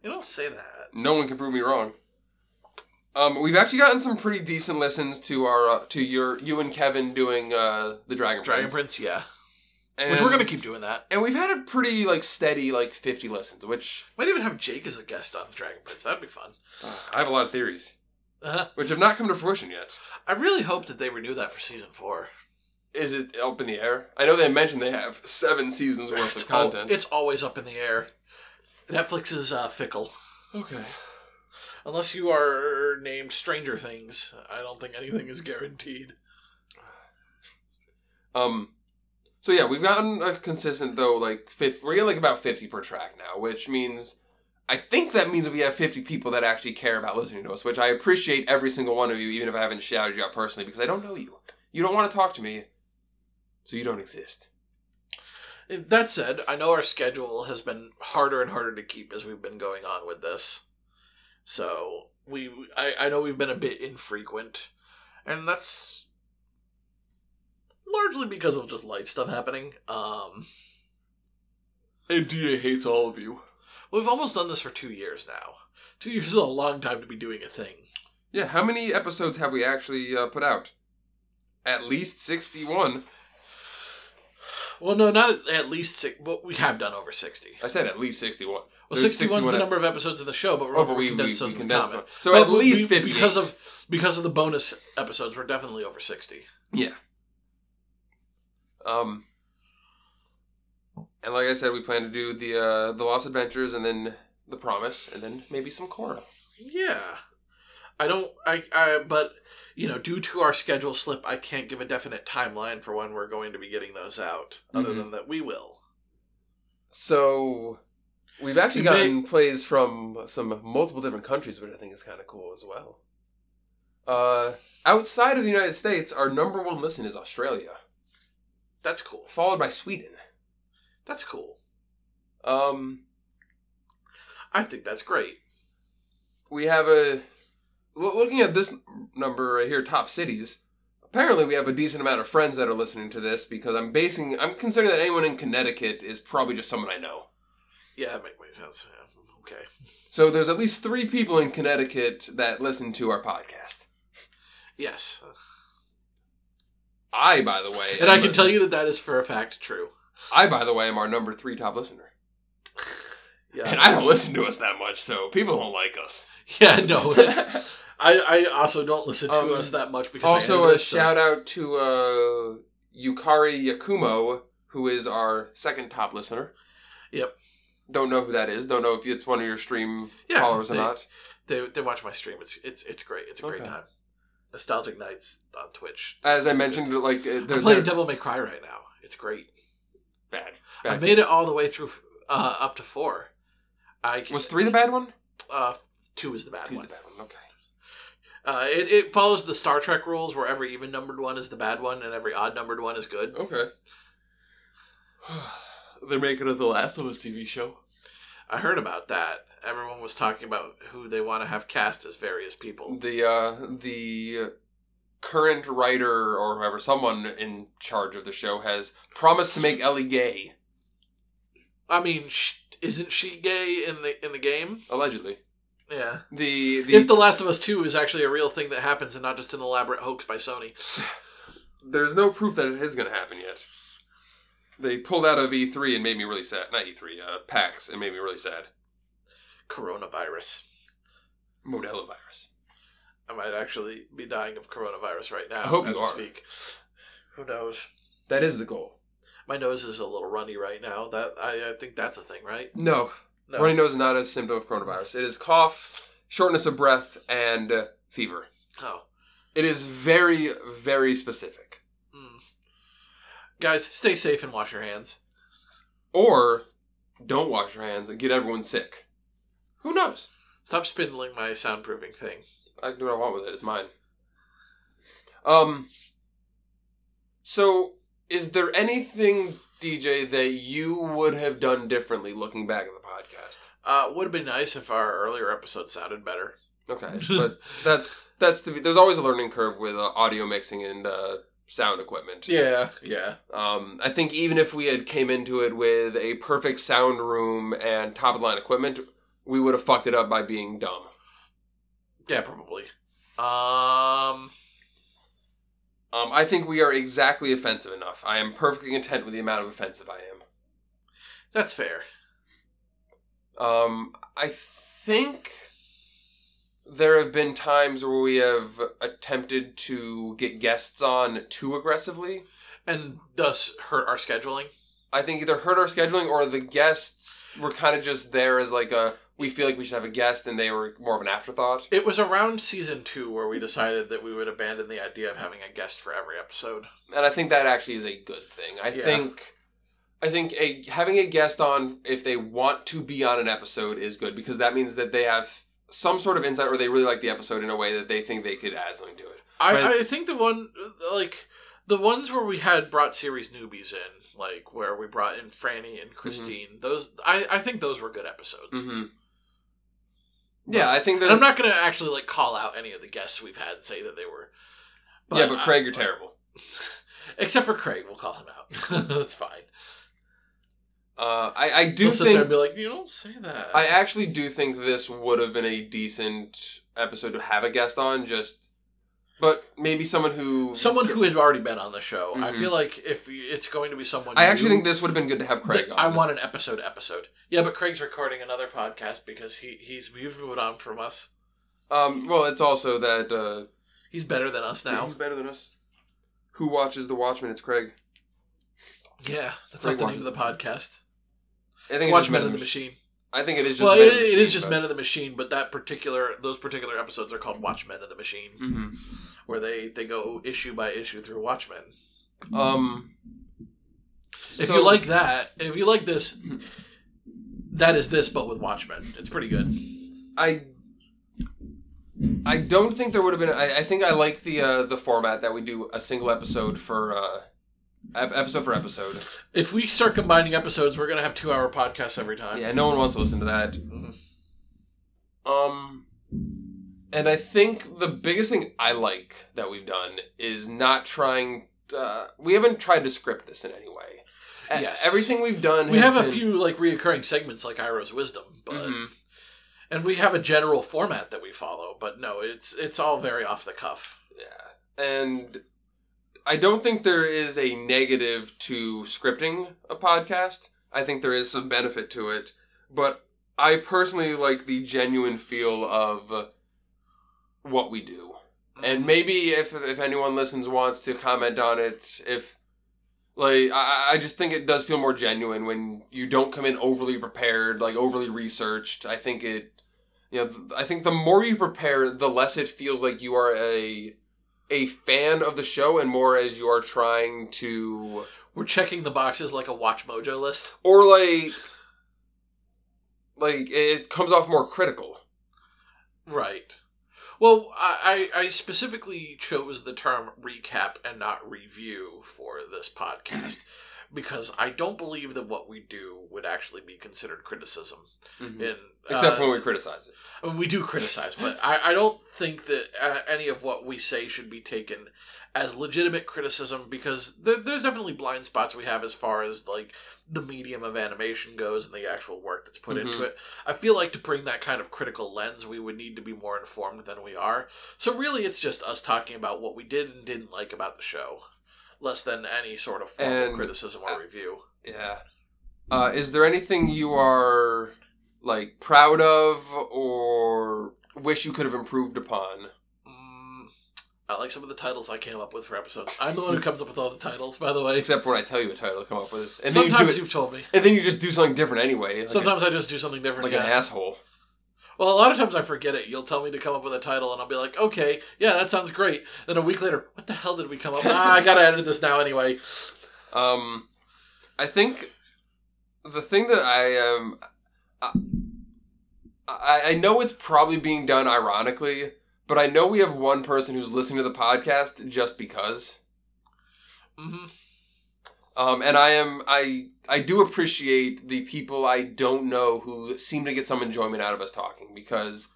[SPEAKER 1] You don't say that.
[SPEAKER 2] No one can prove me wrong. Um, we've actually gotten some pretty decent listens to our uh, to your you and Kevin doing uh, the Dragon
[SPEAKER 1] Dragon
[SPEAKER 2] Prince,
[SPEAKER 1] Prince, yeah.
[SPEAKER 2] and,
[SPEAKER 1] Which we're gonna keep doing that.
[SPEAKER 2] and we've had a pretty like steady like 50 listens, which
[SPEAKER 1] Might even have Jake as a guest on Dragon Prince. That'd be fun.
[SPEAKER 2] uh, I have a lot of theories,
[SPEAKER 1] Uh-huh.
[SPEAKER 2] which have not come to fruition yet.
[SPEAKER 1] I really hope that they renew that for season four.
[SPEAKER 2] Is it up in the air? I know they mentioned they have seven seasons worth
[SPEAKER 1] It's
[SPEAKER 2] of
[SPEAKER 1] al-
[SPEAKER 2] content.
[SPEAKER 1] Oh, it's always up in the air. Netflix is uh, fickle.
[SPEAKER 2] okay.
[SPEAKER 1] Unless you are named Stranger Things, I don't think anything is guaranteed.
[SPEAKER 2] Um. So yeah, we've gotten a consistent though, like 50, we're getting like about fifty per track now, which means I think that means we have fifty people that actually care about listening to us, which I appreciate every single one of you, even if I haven't shouted you out personally because I don't know you. You don't want to talk to me, so you don't exist.
[SPEAKER 1] That said, I know our schedule has been harder and harder to keep as we've been going on with this. So we, I, I know we've been a bit infrequent, and that's largely because of just life stuff happening. Um,
[SPEAKER 2] And DJ hates all of you.
[SPEAKER 1] we've almost done this for two years now. Two years is a long time to be doing a thing.
[SPEAKER 2] Yeah, how many episodes have we actually uh, put out? At least sixty-one.
[SPEAKER 1] Well, no, not at least six. Well, we have done over sixty.
[SPEAKER 2] I said at least sixty-one.
[SPEAKER 1] Well,
[SPEAKER 2] There's
[SPEAKER 1] sixty-one is
[SPEAKER 2] 61
[SPEAKER 1] the number of episodes in the show, but
[SPEAKER 2] Oh,
[SPEAKER 1] remember
[SPEAKER 2] but
[SPEAKER 1] we,
[SPEAKER 2] we, we, we
[SPEAKER 1] condensed those
[SPEAKER 2] condensed
[SPEAKER 1] in the comment.
[SPEAKER 2] them. So
[SPEAKER 1] But
[SPEAKER 2] at least
[SPEAKER 1] we-
[SPEAKER 2] fifty
[SPEAKER 1] because of because of the bonus episodes. We're definitely over sixty.
[SPEAKER 2] yeah. Um, and like I said, we plan to do the uh, the Lost Adventures, and then the Promise, and then maybe some Korra.
[SPEAKER 1] Yeah, I don't. I. I. But you know, due to our schedule slip, I can't give a definite timeline for when we're going to be getting those out. Other
[SPEAKER 2] Mhm.
[SPEAKER 1] than that, we will.
[SPEAKER 2] So we've actually
[SPEAKER 1] You may-
[SPEAKER 2] gotten plays from some multiple different countries, which I think is kind of cool as well. Uh, outside of the United States, our number one listen is Australia,
[SPEAKER 1] That's cool.
[SPEAKER 2] followed by Sweden.
[SPEAKER 1] That's cool.
[SPEAKER 2] Um,
[SPEAKER 1] I think that's great.
[SPEAKER 2] we have a lo- looking at this number right here top cities apparently we have a decent amount of friends that are listening to this because i'm basing i'm considering that anyone in connecticut is probably just someone i know
[SPEAKER 1] Yeah, that makes sense. Yeah, Okay.
[SPEAKER 2] so there's at least three people in connecticut that listen to our podcast
[SPEAKER 1] Yes,
[SPEAKER 2] i by the way
[SPEAKER 1] and I
[SPEAKER 2] am
[SPEAKER 1] can
[SPEAKER 2] a-
[SPEAKER 1] tell you that that is for a fact true.
[SPEAKER 2] i by the way am our number three top listener
[SPEAKER 1] Yeah.
[SPEAKER 2] and i don't listen to us that much so people don't like us
[SPEAKER 1] yeah. No. I, I also don't listen to
[SPEAKER 2] Um,
[SPEAKER 1] us that much because I
[SPEAKER 2] also
[SPEAKER 1] edit
[SPEAKER 2] a
[SPEAKER 1] this, so-
[SPEAKER 2] shout out to uh, yukari yakumo who is our second top listener
[SPEAKER 1] Yep.
[SPEAKER 2] don't know who that is don't know if it's one of your stream
[SPEAKER 1] Yeah,
[SPEAKER 2] followers or
[SPEAKER 1] they-
[SPEAKER 2] not
[SPEAKER 1] They, they watch my stream. It's it's it's great. It's a great
[SPEAKER 2] Okay.
[SPEAKER 1] time. Nostalgic nights on Twitch.
[SPEAKER 2] as i mentioned like uh, they're,
[SPEAKER 1] I'm playing
[SPEAKER 2] they're
[SPEAKER 1] Devil May Cry right now. It's great.
[SPEAKER 2] bad,
[SPEAKER 1] I
[SPEAKER 2] bad.
[SPEAKER 1] made it all the way through uh, up to four. I can-
[SPEAKER 2] was three the bad one
[SPEAKER 1] uh, two is the bad
[SPEAKER 2] two's
[SPEAKER 1] one.
[SPEAKER 2] the bad one okay
[SPEAKER 1] Uh, it it follows the Star Trek rules where every even numbered one is the bad one and every odd numbered one is good.
[SPEAKER 2] okay they're making it the last of us tv show
[SPEAKER 1] I heard about that. Everyone was talking about who they want to have cast as various people.
[SPEAKER 2] the uh the current writer or whoever someone in charge of the show has promised to make ellie gay
[SPEAKER 1] I mean, sh- isn't she gay in the in the game?
[SPEAKER 2] allegedly.
[SPEAKER 1] Yeah.
[SPEAKER 2] The the,
[SPEAKER 1] if The Last of Us Two is actually a real thing that happens and not just an elaborate hoax by Sony,
[SPEAKER 2] there's no proof that it is going to happen yet. They pulled out of E3 and made me really sad. Not E3, uh, PAX, and made me really sad.
[SPEAKER 1] coronavirus.
[SPEAKER 2] Modella virus.
[SPEAKER 1] I might actually be dying of coronavirus right now.
[SPEAKER 2] I hope
[SPEAKER 1] as
[SPEAKER 2] you
[SPEAKER 1] we
[SPEAKER 2] are.
[SPEAKER 1] Speak. Who knows?
[SPEAKER 2] That is the goal.
[SPEAKER 1] My nose is a little runny right now. That I, I think that's a thing, right?
[SPEAKER 2] No,
[SPEAKER 1] No.
[SPEAKER 2] runny nose is not a symptom of coronavirus. It is cough, shortness of breath, and uh, fever.
[SPEAKER 1] Oh.
[SPEAKER 2] It is very, very specific.
[SPEAKER 1] Mm. Guys, stay safe and wash your hands.
[SPEAKER 2] Or don't wash your hands and get everyone sick. Who knows?
[SPEAKER 1] Stop spindling my soundproofing thing.
[SPEAKER 2] I can do what I want with it. It's mine. Um. So, is there anything, DJ, that you would have done differently looking back at the
[SPEAKER 1] Uh, would have been nice if our earlier episode sounded better.
[SPEAKER 2] podcast? Okay, but that's that's to be. There's always a learning curve with uh, audio mixing and uh, sound equipment.
[SPEAKER 1] Yeah, yeah.
[SPEAKER 2] Um, I think even if we had came into it with a perfect sound room and top of the line equipment, we would have fucked it up by being dumb.
[SPEAKER 1] Yeah, probably. Um,
[SPEAKER 2] Um, I think we are exactly offensive enough. I am perfectly content with the amount of offensive I am.
[SPEAKER 1] that's fair.
[SPEAKER 2] Um, I think there have been times where we have attempted to get guests on too aggressively.
[SPEAKER 1] And thus hurt our scheduling.
[SPEAKER 2] I think either hurt our scheduling or the guests were kind of just there as like a we feel like we should have a guest and they were more of an afterthought.
[SPEAKER 1] It was around season two where we decided that we would abandon the idea of having a guest for every episode.
[SPEAKER 2] And I think that actually is a good thing. I
[SPEAKER 1] Yeah.
[SPEAKER 2] think I think a having a guest on if they want to be on an episode is good because that means that they have some sort of insight or they really like the episode in a way that they think they could add something to it.
[SPEAKER 1] I,
[SPEAKER 2] Right.
[SPEAKER 1] I think the one like the ones where we had brought series newbies in, like where we brought in Franny
[SPEAKER 2] Mhm.
[SPEAKER 1] and Christine, those I, I think those were good episodes.
[SPEAKER 2] hmm Yeah, I think that.
[SPEAKER 1] Mm-hmm. And I'm not gonna actually like call out any of the guests we've had and say that they were.
[SPEAKER 2] yeah, but
[SPEAKER 1] I-
[SPEAKER 2] Craig, you're terrible.
[SPEAKER 1] except for Craig, we'll call him out. That's fine.
[SPEAKER 2] Uh, I, I do
[SPEAKER 1] He'll sit there and
[SPEAKER 2] think
[SPEAKER 1] be like, you don't say that.
[SPEAKER 2] I actually do think this would have been a decent episode to have a guest on, just but maybe someone who
[SPEAKER 1] someone who had already been on the show. I
[SPEAKER 2] Mhm.
[SPEAKER 1] feel like if we- it's going to be someone,
[SPEAKER 2] I actually
[SPEAKER 1] new,
[SPEAKER 2] think this would have been good to have Craig
[SPEAKER 1] that-
[SPEAKER 2] on.
[SPEAKER 1] I want an episode episode. Yeah, but Craig's recording another podcast because he he's we've moved on from us.
[SPEAKER 2] Um, well, it's also that uh,
[SPEAKER 1] He's better than us now.
[SPEAKER 2] better than us. Who watches The Watchmen? It's Craig.
[SPEAKER 1] Yeah, that's not
[SPEAKER 2] Craig
[SPEAKER 1] the
[SPEAKER 2] watches
[SPEAKER 1] name of the podcast.
[SPEAKER 2] I think
[SPEAKER 1] It's
[SPEAKER 2] it's
[SPEAKER 1] Watch
[SPEAKER 2] just
[SPEAKER 1] Men of
[SPEAKER 2] Men in
[SPEAKER 1] the
[SPEAKER 2] Machine.
[SPEAKER 1] Machine.
[SPEAKER 2] I think it is just
[SPEAKER 1] Well,
[SPEAKER 2] Men
[SPEAKER 1] it,
[SPEAKER 2] in the
[SPEAKER 1] it is
[SPEAKER 2] Machine,
[SPEAKER 1] just
[SPEAKER 2] but-
[SPEAKER 1] Men of the Machine, but that particular those particular episodes are called Watchmen of the Machine,
[SPEAKER 2] Mhm.
[SPEAKER 1] where they they go issue by issue through Watchmen.
[SPEAKER 2] Um,
[SPEAKER 1] If
[SPEAKER 2] so-
[SPEAKER 1] you like that, if you like this, that is this, but with Watchmen. It's pretty good.
[SPEAKER 2] I I don't think there would have been. I, I think I like the uh, the format that we do a single episode for uh, ep- episode for episode.
[SPEAKER 1] If we start combining episodes, we're gonna have two hour podcasts every time.
[SPEAKER 2] Yeah, no one wants to listen to that.
[SPEAKER 1] Mhm. Mm-hmm.
[SPEAKER 2] Um, and I think the biggest thing I like that we've done is not trying. Uh, we haven't tried to script this in any way. E-
[SPEAKER 1] Yes.
[SPEAKER 2] everything we've done.
[SPEAKER 1] We
[SPEAKER 2] has
[SPEAKER 1] have a
[SPEAKER 2] been-
[SPEAKER 1] few like reoccurring segments like Iro's Wisdom, but
[SPEAKER 2] Mhm.
[SPEAKER 1] and we have a general format that we follow, but no, it's it's all very off the cuff.
[SPEAKER 2] Yeah, and I don't think there is a negative to scripting a podcast. I think there is some benefit to it, but I personally like the genuine feel of what we do. and maybe if if anyone listens wants to comment on it if like I, I- I just think it does feel more genuine when you don't come in overly prepared like overly researched i think it you know th- i think the more you prepare the less it feels like you are a a fan of the show and more as you are trying to
[SPEAKER 1] we're checking the boxes like a Watch Mojo list.
[SPEAKER 2] or like like it comes off more critical
[SPEAKER 1] Right. Well, I, I I specifically chose the term recap and not review for this podcast because I don't believe that what we do would actually be considered criticism.
[SPEAKER 2] Mhm.
[SPEAKER 1] In,
[SPEAKER 2] Except
[SPEAKER 1] uh,
[SPEAKER 2] for when we criticize it.
[SPEAKER 1] I mean, we do criticize, but I, I don't think that uh, any of what we say should be taken as legitimate criticism because there, there's definitely blind spots we have as far as like the medium of animation goes and the actual work that's put into
[SPEAKER 2] Mhm.
[SPEAKER 1] it. I feel like to bring that kind of critical lens, we would need to be more informed than we are. So really, it's just us talking about what we did and didn't like about the show, less than any sort of formal
[SPEAKER 2] And-
[SPEAKER 1] criticism or review.
[SPEAKER 2] Yeah. Uh, is there anything you are like proud of or wish you could have improved upon?
[SPEAKER 1] Mm, I like some of the titles I came up with for episodes. I'm the one who comes up with all the titles, by the way.
[SPEAKER 2] Except when I tell you a title to come up with, and then you
[SPEAKER 1] Sometimes
[SPEAKER 2] do it,
[SPEAKER 1] you've told me.
[SPEAKER 2] and then you just do something different anyway. Like
[SPEAKER 1] Sometimes I just do something
[SPEAKER 2] a,
[SPEAKER 1] different.
[SPEAKER 2] like
[SPEAKER 1] yeah.
[SPEAKER 2] an asshole.
[SPEAKER 1] well, a lot of times I forget it. You'll tell me to come up with a title, and I'll be like, okay, yeah, that sounds great. Then a week later, what the hell did we come up with? ah, I gotta edit this now anyway.
[SPEAKER 2] Um, I think the thing that I am, I, I I know it's probably being done ironically, but I know we have one person who's listening to the podcast just because.
[SPEAKER 1] hmm
[SPEAKER 2] Um, and I am I I do appreciate the people I don't know who seem to get some enjoyment out of us talking because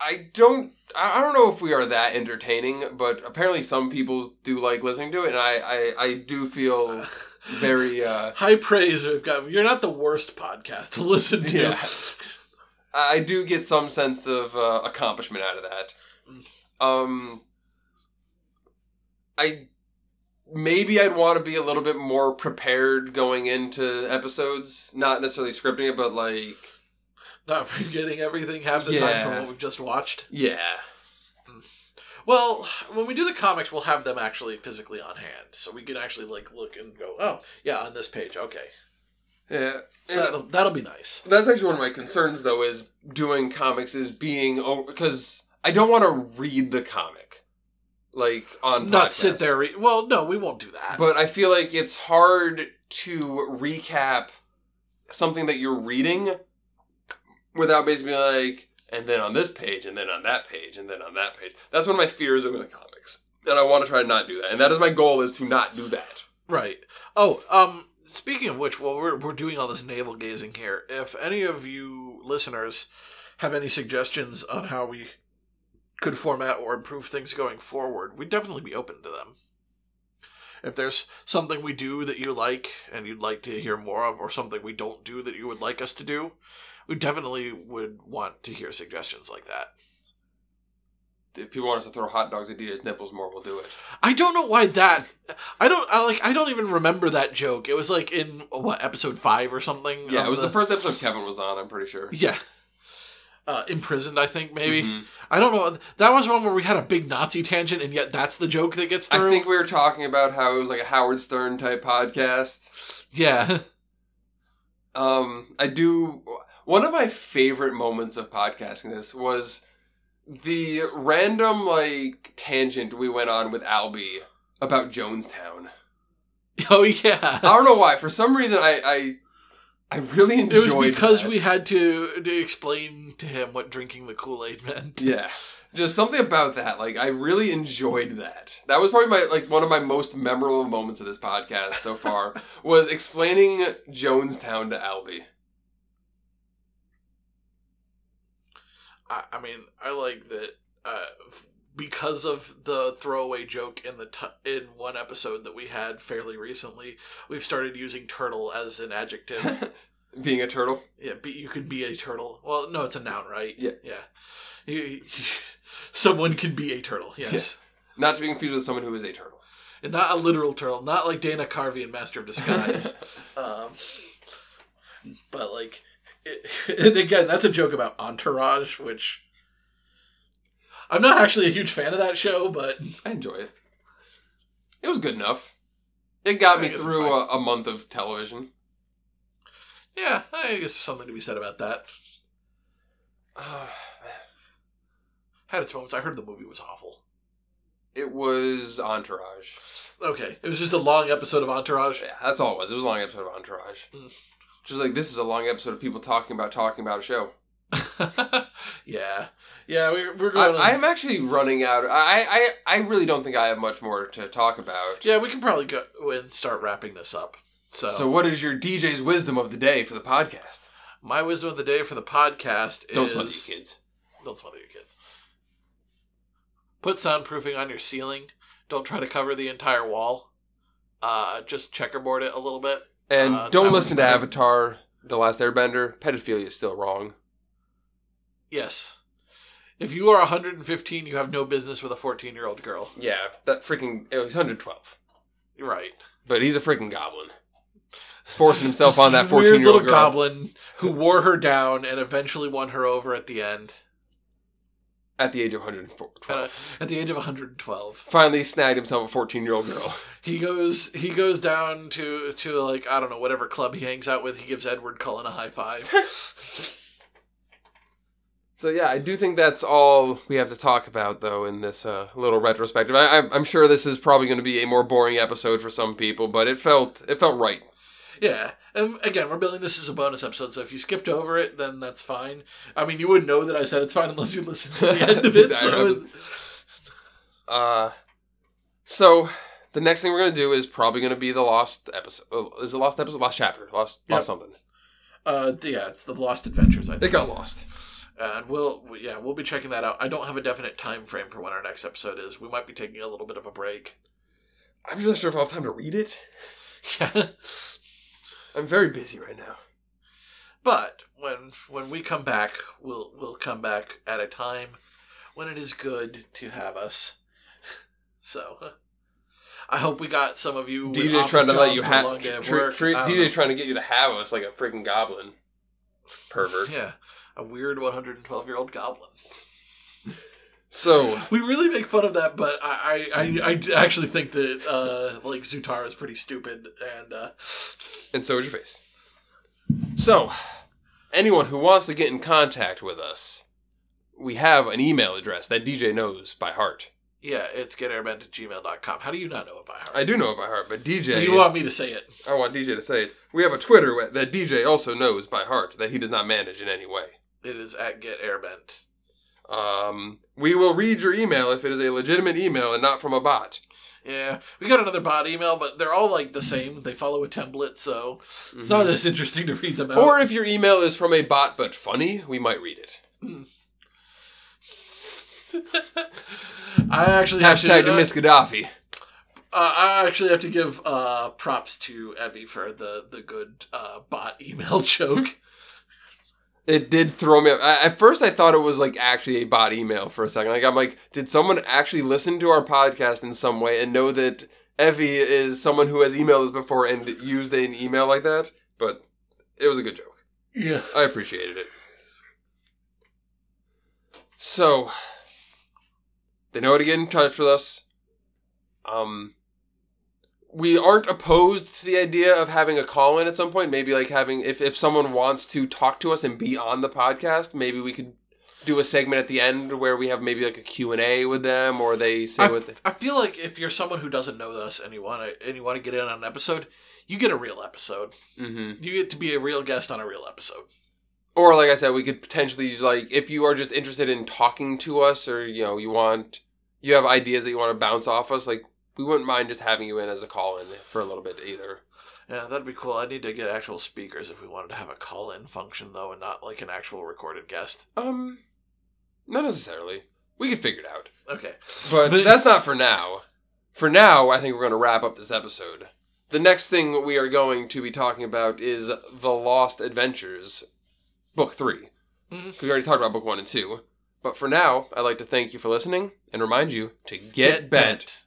[SPEAKER 2] I don't I I don't know if we are that entertaining, but apparently some people do like listening to it, and I I, I do feel very uh,
[SPEAKER 1] High praise. We've got, you're not the worst podcast to listen to.
[SPEAKER 2] Yeah. I do get some sense of uh, accomplishment out of that.
[SPEAKER 1] Mm.
[SPEAKER 2] Um, I maybe I'd want to be a little bit more prepared going into episodes, not necessarily scripting it, but like
[SPEAKER 1] Not forgetting everything half the time
[SPEAKER 2] Yeah.
[SPEAKER 1] from what we've just watched.
[SPEAKER 2] yeah,
[SPEAKER 1] Well, when we do the comics, we'll have them actually physically on hand, so we can actually like look and go, oh, yeah, on this page, okay.
[SPEAKER 2] yeah.
[SPEAKER 1] So that'll, that'll be nice.
[SPEAKER 2] That's actually one of my concerns, though, is doing comics is being because I don't want to read the comic, like on
[SPEAKER 1] Not
[SPEAKER 2] podcast.
[SPEAKER 1] sit there. Re- well, no, we won't do that.
[SPEAKER 2] but I feel like it's hard to recap something that you're reading without basically being like, and then on this page, and then on that page, and then on that page. That's one of my fears of the comics, and I want to try to not do that. And that is my goal is to not do that.
[SPEAKER 1] Right. Oh, um, speaking of which, while we're, we're doing all this navel gazing here, if any of you listeners have any suggestions on how we could format or improve things going forward, we'd definitely be open to them. If there's something we do that you like and you'd like to hear more of, or something we don't do that you would like us to do, we definitely would want to hear suggestions like that.
[SPEAKER 2] If people want us to throw hot dogs at DJ's nipples more, we'll do it.
[SPEAKER 1] I don't know why that. I don't. I like. I don't even remember that joke. It was like in what episode five or something.
[SPEAKER 2] Yeah,
[SPEAKER 1] of
[SPEAKER 2] it was the, first episode Kevin was on. I'm pretty sure.
[SPEAKER 1] Yeah. Uh, imprisoned, I think maybe.
[SPEAKER 2] Mhm.
[SPEAKER 1] I don't know. That was one where we had a big Nazi tangent, and yet that's the joke that gets through.
[SPEAKER 2] I think we were talking about how it was like a Howard Stern type podcast.
[SPEAKER 1] yeah.
[SPEAKER 2] Um, I do. One of my favorite moments of podcasting this was the random like tangent we went on with Albie about Jonestown.
[SPEAKER 1] oh
[SPEAKER 2] I
[SPEAKER 1] yeah.
[SPEAKER 2] don't know why. For some reason, I I, I really
[SPEAKER 1] It
[SPEAKER 2] enjoyed.
[SPEAKER 1] was because
[SPEAKER 2] that.
[SPEAKER 1] we had to, to explain to him what drinking the Kool Aid meant.
[SPEAKER 2] yeah. Just something about that. Like I really enjoyed that. That was probably my like one of my most memorable moments of this podcast so far was explaining Jonestown to Albie.
[SPEAKER 1] I, I mean, I like that uh, f- because of the throwaway joke in the t- in one episode that we had fairly recently. We've started using turtle as an adjective.
[SPEAKER 2] Being a turtle.
[SPEAKER 1] Yeah, be, you can be a turtle. Well, no, it's a noun, right?
[SPEAKER 2] Yeah.
[SPEAKER 1] Yeah. You, you- someone can be a turtle, yes.
[SPEAKER 2] Not to be confused with someone who is a turtle.
[SPEAKER 1] And not a literal turtle, not like Dana Carvey in Master of Disguise. um, but, like, it, and again, that's a joke about Entourage, which I'm not actually a huge fan of that show, but
[SPEAKER 2] I enjoy it. It was good enough. It got
[SPEAKER 1] I
[SPEAKER 2] me
[SPEAKER 1] guess it's
[SPEAKER 2] through
[SPEAKER 1] fine.
[SPEAKER 2] a, a month of television.
[SPEAKER 1] yeah, I guess there's something to be said about that. Had its moments. I heard the movie was awful.
[SPEAKER 2] it was Entourage.
[SPEAKER 1] Okay, it was just a long episode of Entourage.
[SPEAKER 2] Yeah, that's all it was. It was a long episode of Entourage.
[SPEAKER 1] Mm.
[SPEAKER 2] Just like this is a long episode of people talking about talking about a show.
[SPEAKER 1] yeah, yeah, we're we're
[SPEAKER 2] I,
[SPEAKER 1] going. on-
[SPEAKER 2] I am actually running out. I, I I really don't think I have much more to talk about.
[SPEAKER 1] yeah, we can probably go and start wrapping this up. So,
[SPEAKER 2] So, what is your DJ's wisdom of the day for the podcast?
[SPEAKER 1] my wisdom of the day for the podcast
[SPEAKER 2] Don't
[SPEAKER 1] is
[SPEAKER 2] smother your kids.
[SPEAKER 1] Don't smother your kids. Put soundproofing on your ceiling. Don't try to cover the entire wall. Uh, just checkerboard it a little bit.
[SPEAKER 2] And
[SPEAKER 1] Uh, that
[SPEAKER 2] don't
[SPEAKER 1] would
[SPEAKER 2] listen to
[SPEAKER 1] be-
[SPEAKER 2] Avatar, The Last Airbender. Pedophilia is still wrong.
[SPEAKER 1] Yes. If you are 115, you have no business with a 14 year old girl.
[SPEAKER 2] Yeah, that freaking it was 112,
[SPEAKER 1] You're right.
[SPEAKER 2] but he's a freaking goblin, forcing himself on that 14 year
[SPEAKER 1] little
[SPEAKER 2] old girl.
[SPEAKER 1] goblin who wore her down and eventually won her over at the end.
[SPEAKER 2] at the age of 112.
[SPEAKER 1] At, a- at the age of 112,
[SPEAKER 2] Finally snagged himself a 14 year old girl.
[SPEAKER 1] he goes he goes down to to like I don't know whatever club he hangs out with. He gives Edward Cullen a high five.
[SPEAKER 2] So yeah, I do think that's all we have to talk about though in this uh, little retrospective. I, I'm, I'm sure this is probably going to be a more boring episode for some people, but it felt it felt right.
[SPEAKER 1] Yeah. And again, we're building this as a bonus episode, so if you skipped over it, then that's fine. I mean, you wouldn't know that I said it's fine unless you listened to the end of it.
[SPEAKER 2] I
[SPEAKER 1] so,
[SPEAKER 2] haven't. Uh, so the next thing we're going to do is probably going to be the lost episode. uh, Is the lost episode? Lost chapter? Lost
[SPEAKER 1] Yeah.
[SPEAKER 2] lost something?
[SPEAKER 1] uh, yeah, it's the Lost Adventures. I think
[SPEAKER 2] got lost.
[SPEAKER 1] and we'll we- yeah we'll be checking that out. I don't have a definite time frame for when our next episode is. We might be taking a little bit of a break.
[SPEAKER 2] I'm just not sure if I'll have time to read it.
[SPEAKER 1] Yeah.
[SPEAKER 2] I'm very busy right now.
[SPEAKER 1] But when when we come back, we'll we'll come back at a time when it is good to have us. So I hope we got some of you. with
[SPEAKER 2] DJ's
[SPEAKER 1] office
[SPEAKER 2] trying to let
[SPEAKER 1] jobs
[SPEAKER 2] you
[SPEAKER 1] or
[SPEAKER 2] have.
[SPEAKER 1] long day of work. I don't
[SPEAKER 2] DJ's trying to get you to have us like a freaking goblin. Pervert.
[SPEAKER 1] know. yeah, a weird 112 year old goblin.
[SPEAKER 2] So
[SPEAKER 1] We really make fun of that, but I I, I, I actually think that uh, like Zutara is pretty stupid and uh,
[SPEAKER 2] and so is your face. So, anyone who wants to get in contact with us, we have an email address that DJ knows by heart.
[SPEAKER 1] yeah, it's getairbend at gmail.com. How do you not know it by heart?
[SPEAKER 2] I do know it by heart, but DJ,
[SPEAKER 1] You want me to say it?
[SPEAKER 2] I want DJ to say it. We have a Twitter wa- that DJ also knows by heart that he does not manage in any way.
[SPEAKER 1] It is at getairbent.
[SPEAKER 2] Um, we will read your email if it is a legitimate email and not from a bot.
[SPEAKER 1] Yeah, we got another bot email, but they're all like the same. They follow a template, so it's not as interesting to read them out.
[SPEAKER 2] Mm-hmm. Or if your email is from a bot but funny, we might read it.
[SPEAKER 1] I actually have
[SPEAKER 2] Hashtag
[SPEAKER 1] to,
[SPEAKER 2] to Miss Gaddafi.
[SPEAKER 1] uh, I actually have to give uh, props to Evie for the the good uh, bot email joke.
[SPEAKER 2] It did throw me. I- At first, I thought it was like actually a bot email for a second. Like I'm like, did someone actually listen to our podcast in some way and know that Effie is someone who has emailed us before and used an email like that? But it was a good joke.
[SPEAKER 1] yeah,
[SPEAKER 2] I appreciated it. So they know how to get in touch with us. Um, we aren't opposed to the idea of having a call in at some point. Maybe like having if if someone wants to talk to us and be on the podcast, maybe we could do a segment at the end where we have maybe like a Q and A with them, or they say what they.
[SPEAKER 1] I feel like if you're someone who doesn't know us and you want to and you want to get in on an episode, you get a real episode.
[SPEAKER 2] Mm-hmm.
[SPEAKER 1] You get to be a real guest on a real episode.
[SPEAKER 2] Or like I said, we could potentially like if you are just interested in talking to us, or you know you want you have ideas that you want to bounce off us, like we wouldn't mind just having you in as a call in for a little bit either.
[SPEAKER 1] Yeah, that'd be cool. I need to get actual speakers if we wanted to have a call in function though, and not like an actual recorded guest.
[SPEAKER 2] Um, not necessarily. We could figure it out,
[SPEAKER 1] Okay.
[SPEAKER 2] but that's not for now. For now, I think we're going to wrap up this episode. The next thing we are going to be talking about is The Lost Adventures, Book 3.
[SPEAKER 1] Mhm.
[SPEAKER 2] We already talked about Book 1 and 2. But for now, I'd like to thank you for listening and remind you to get, bent.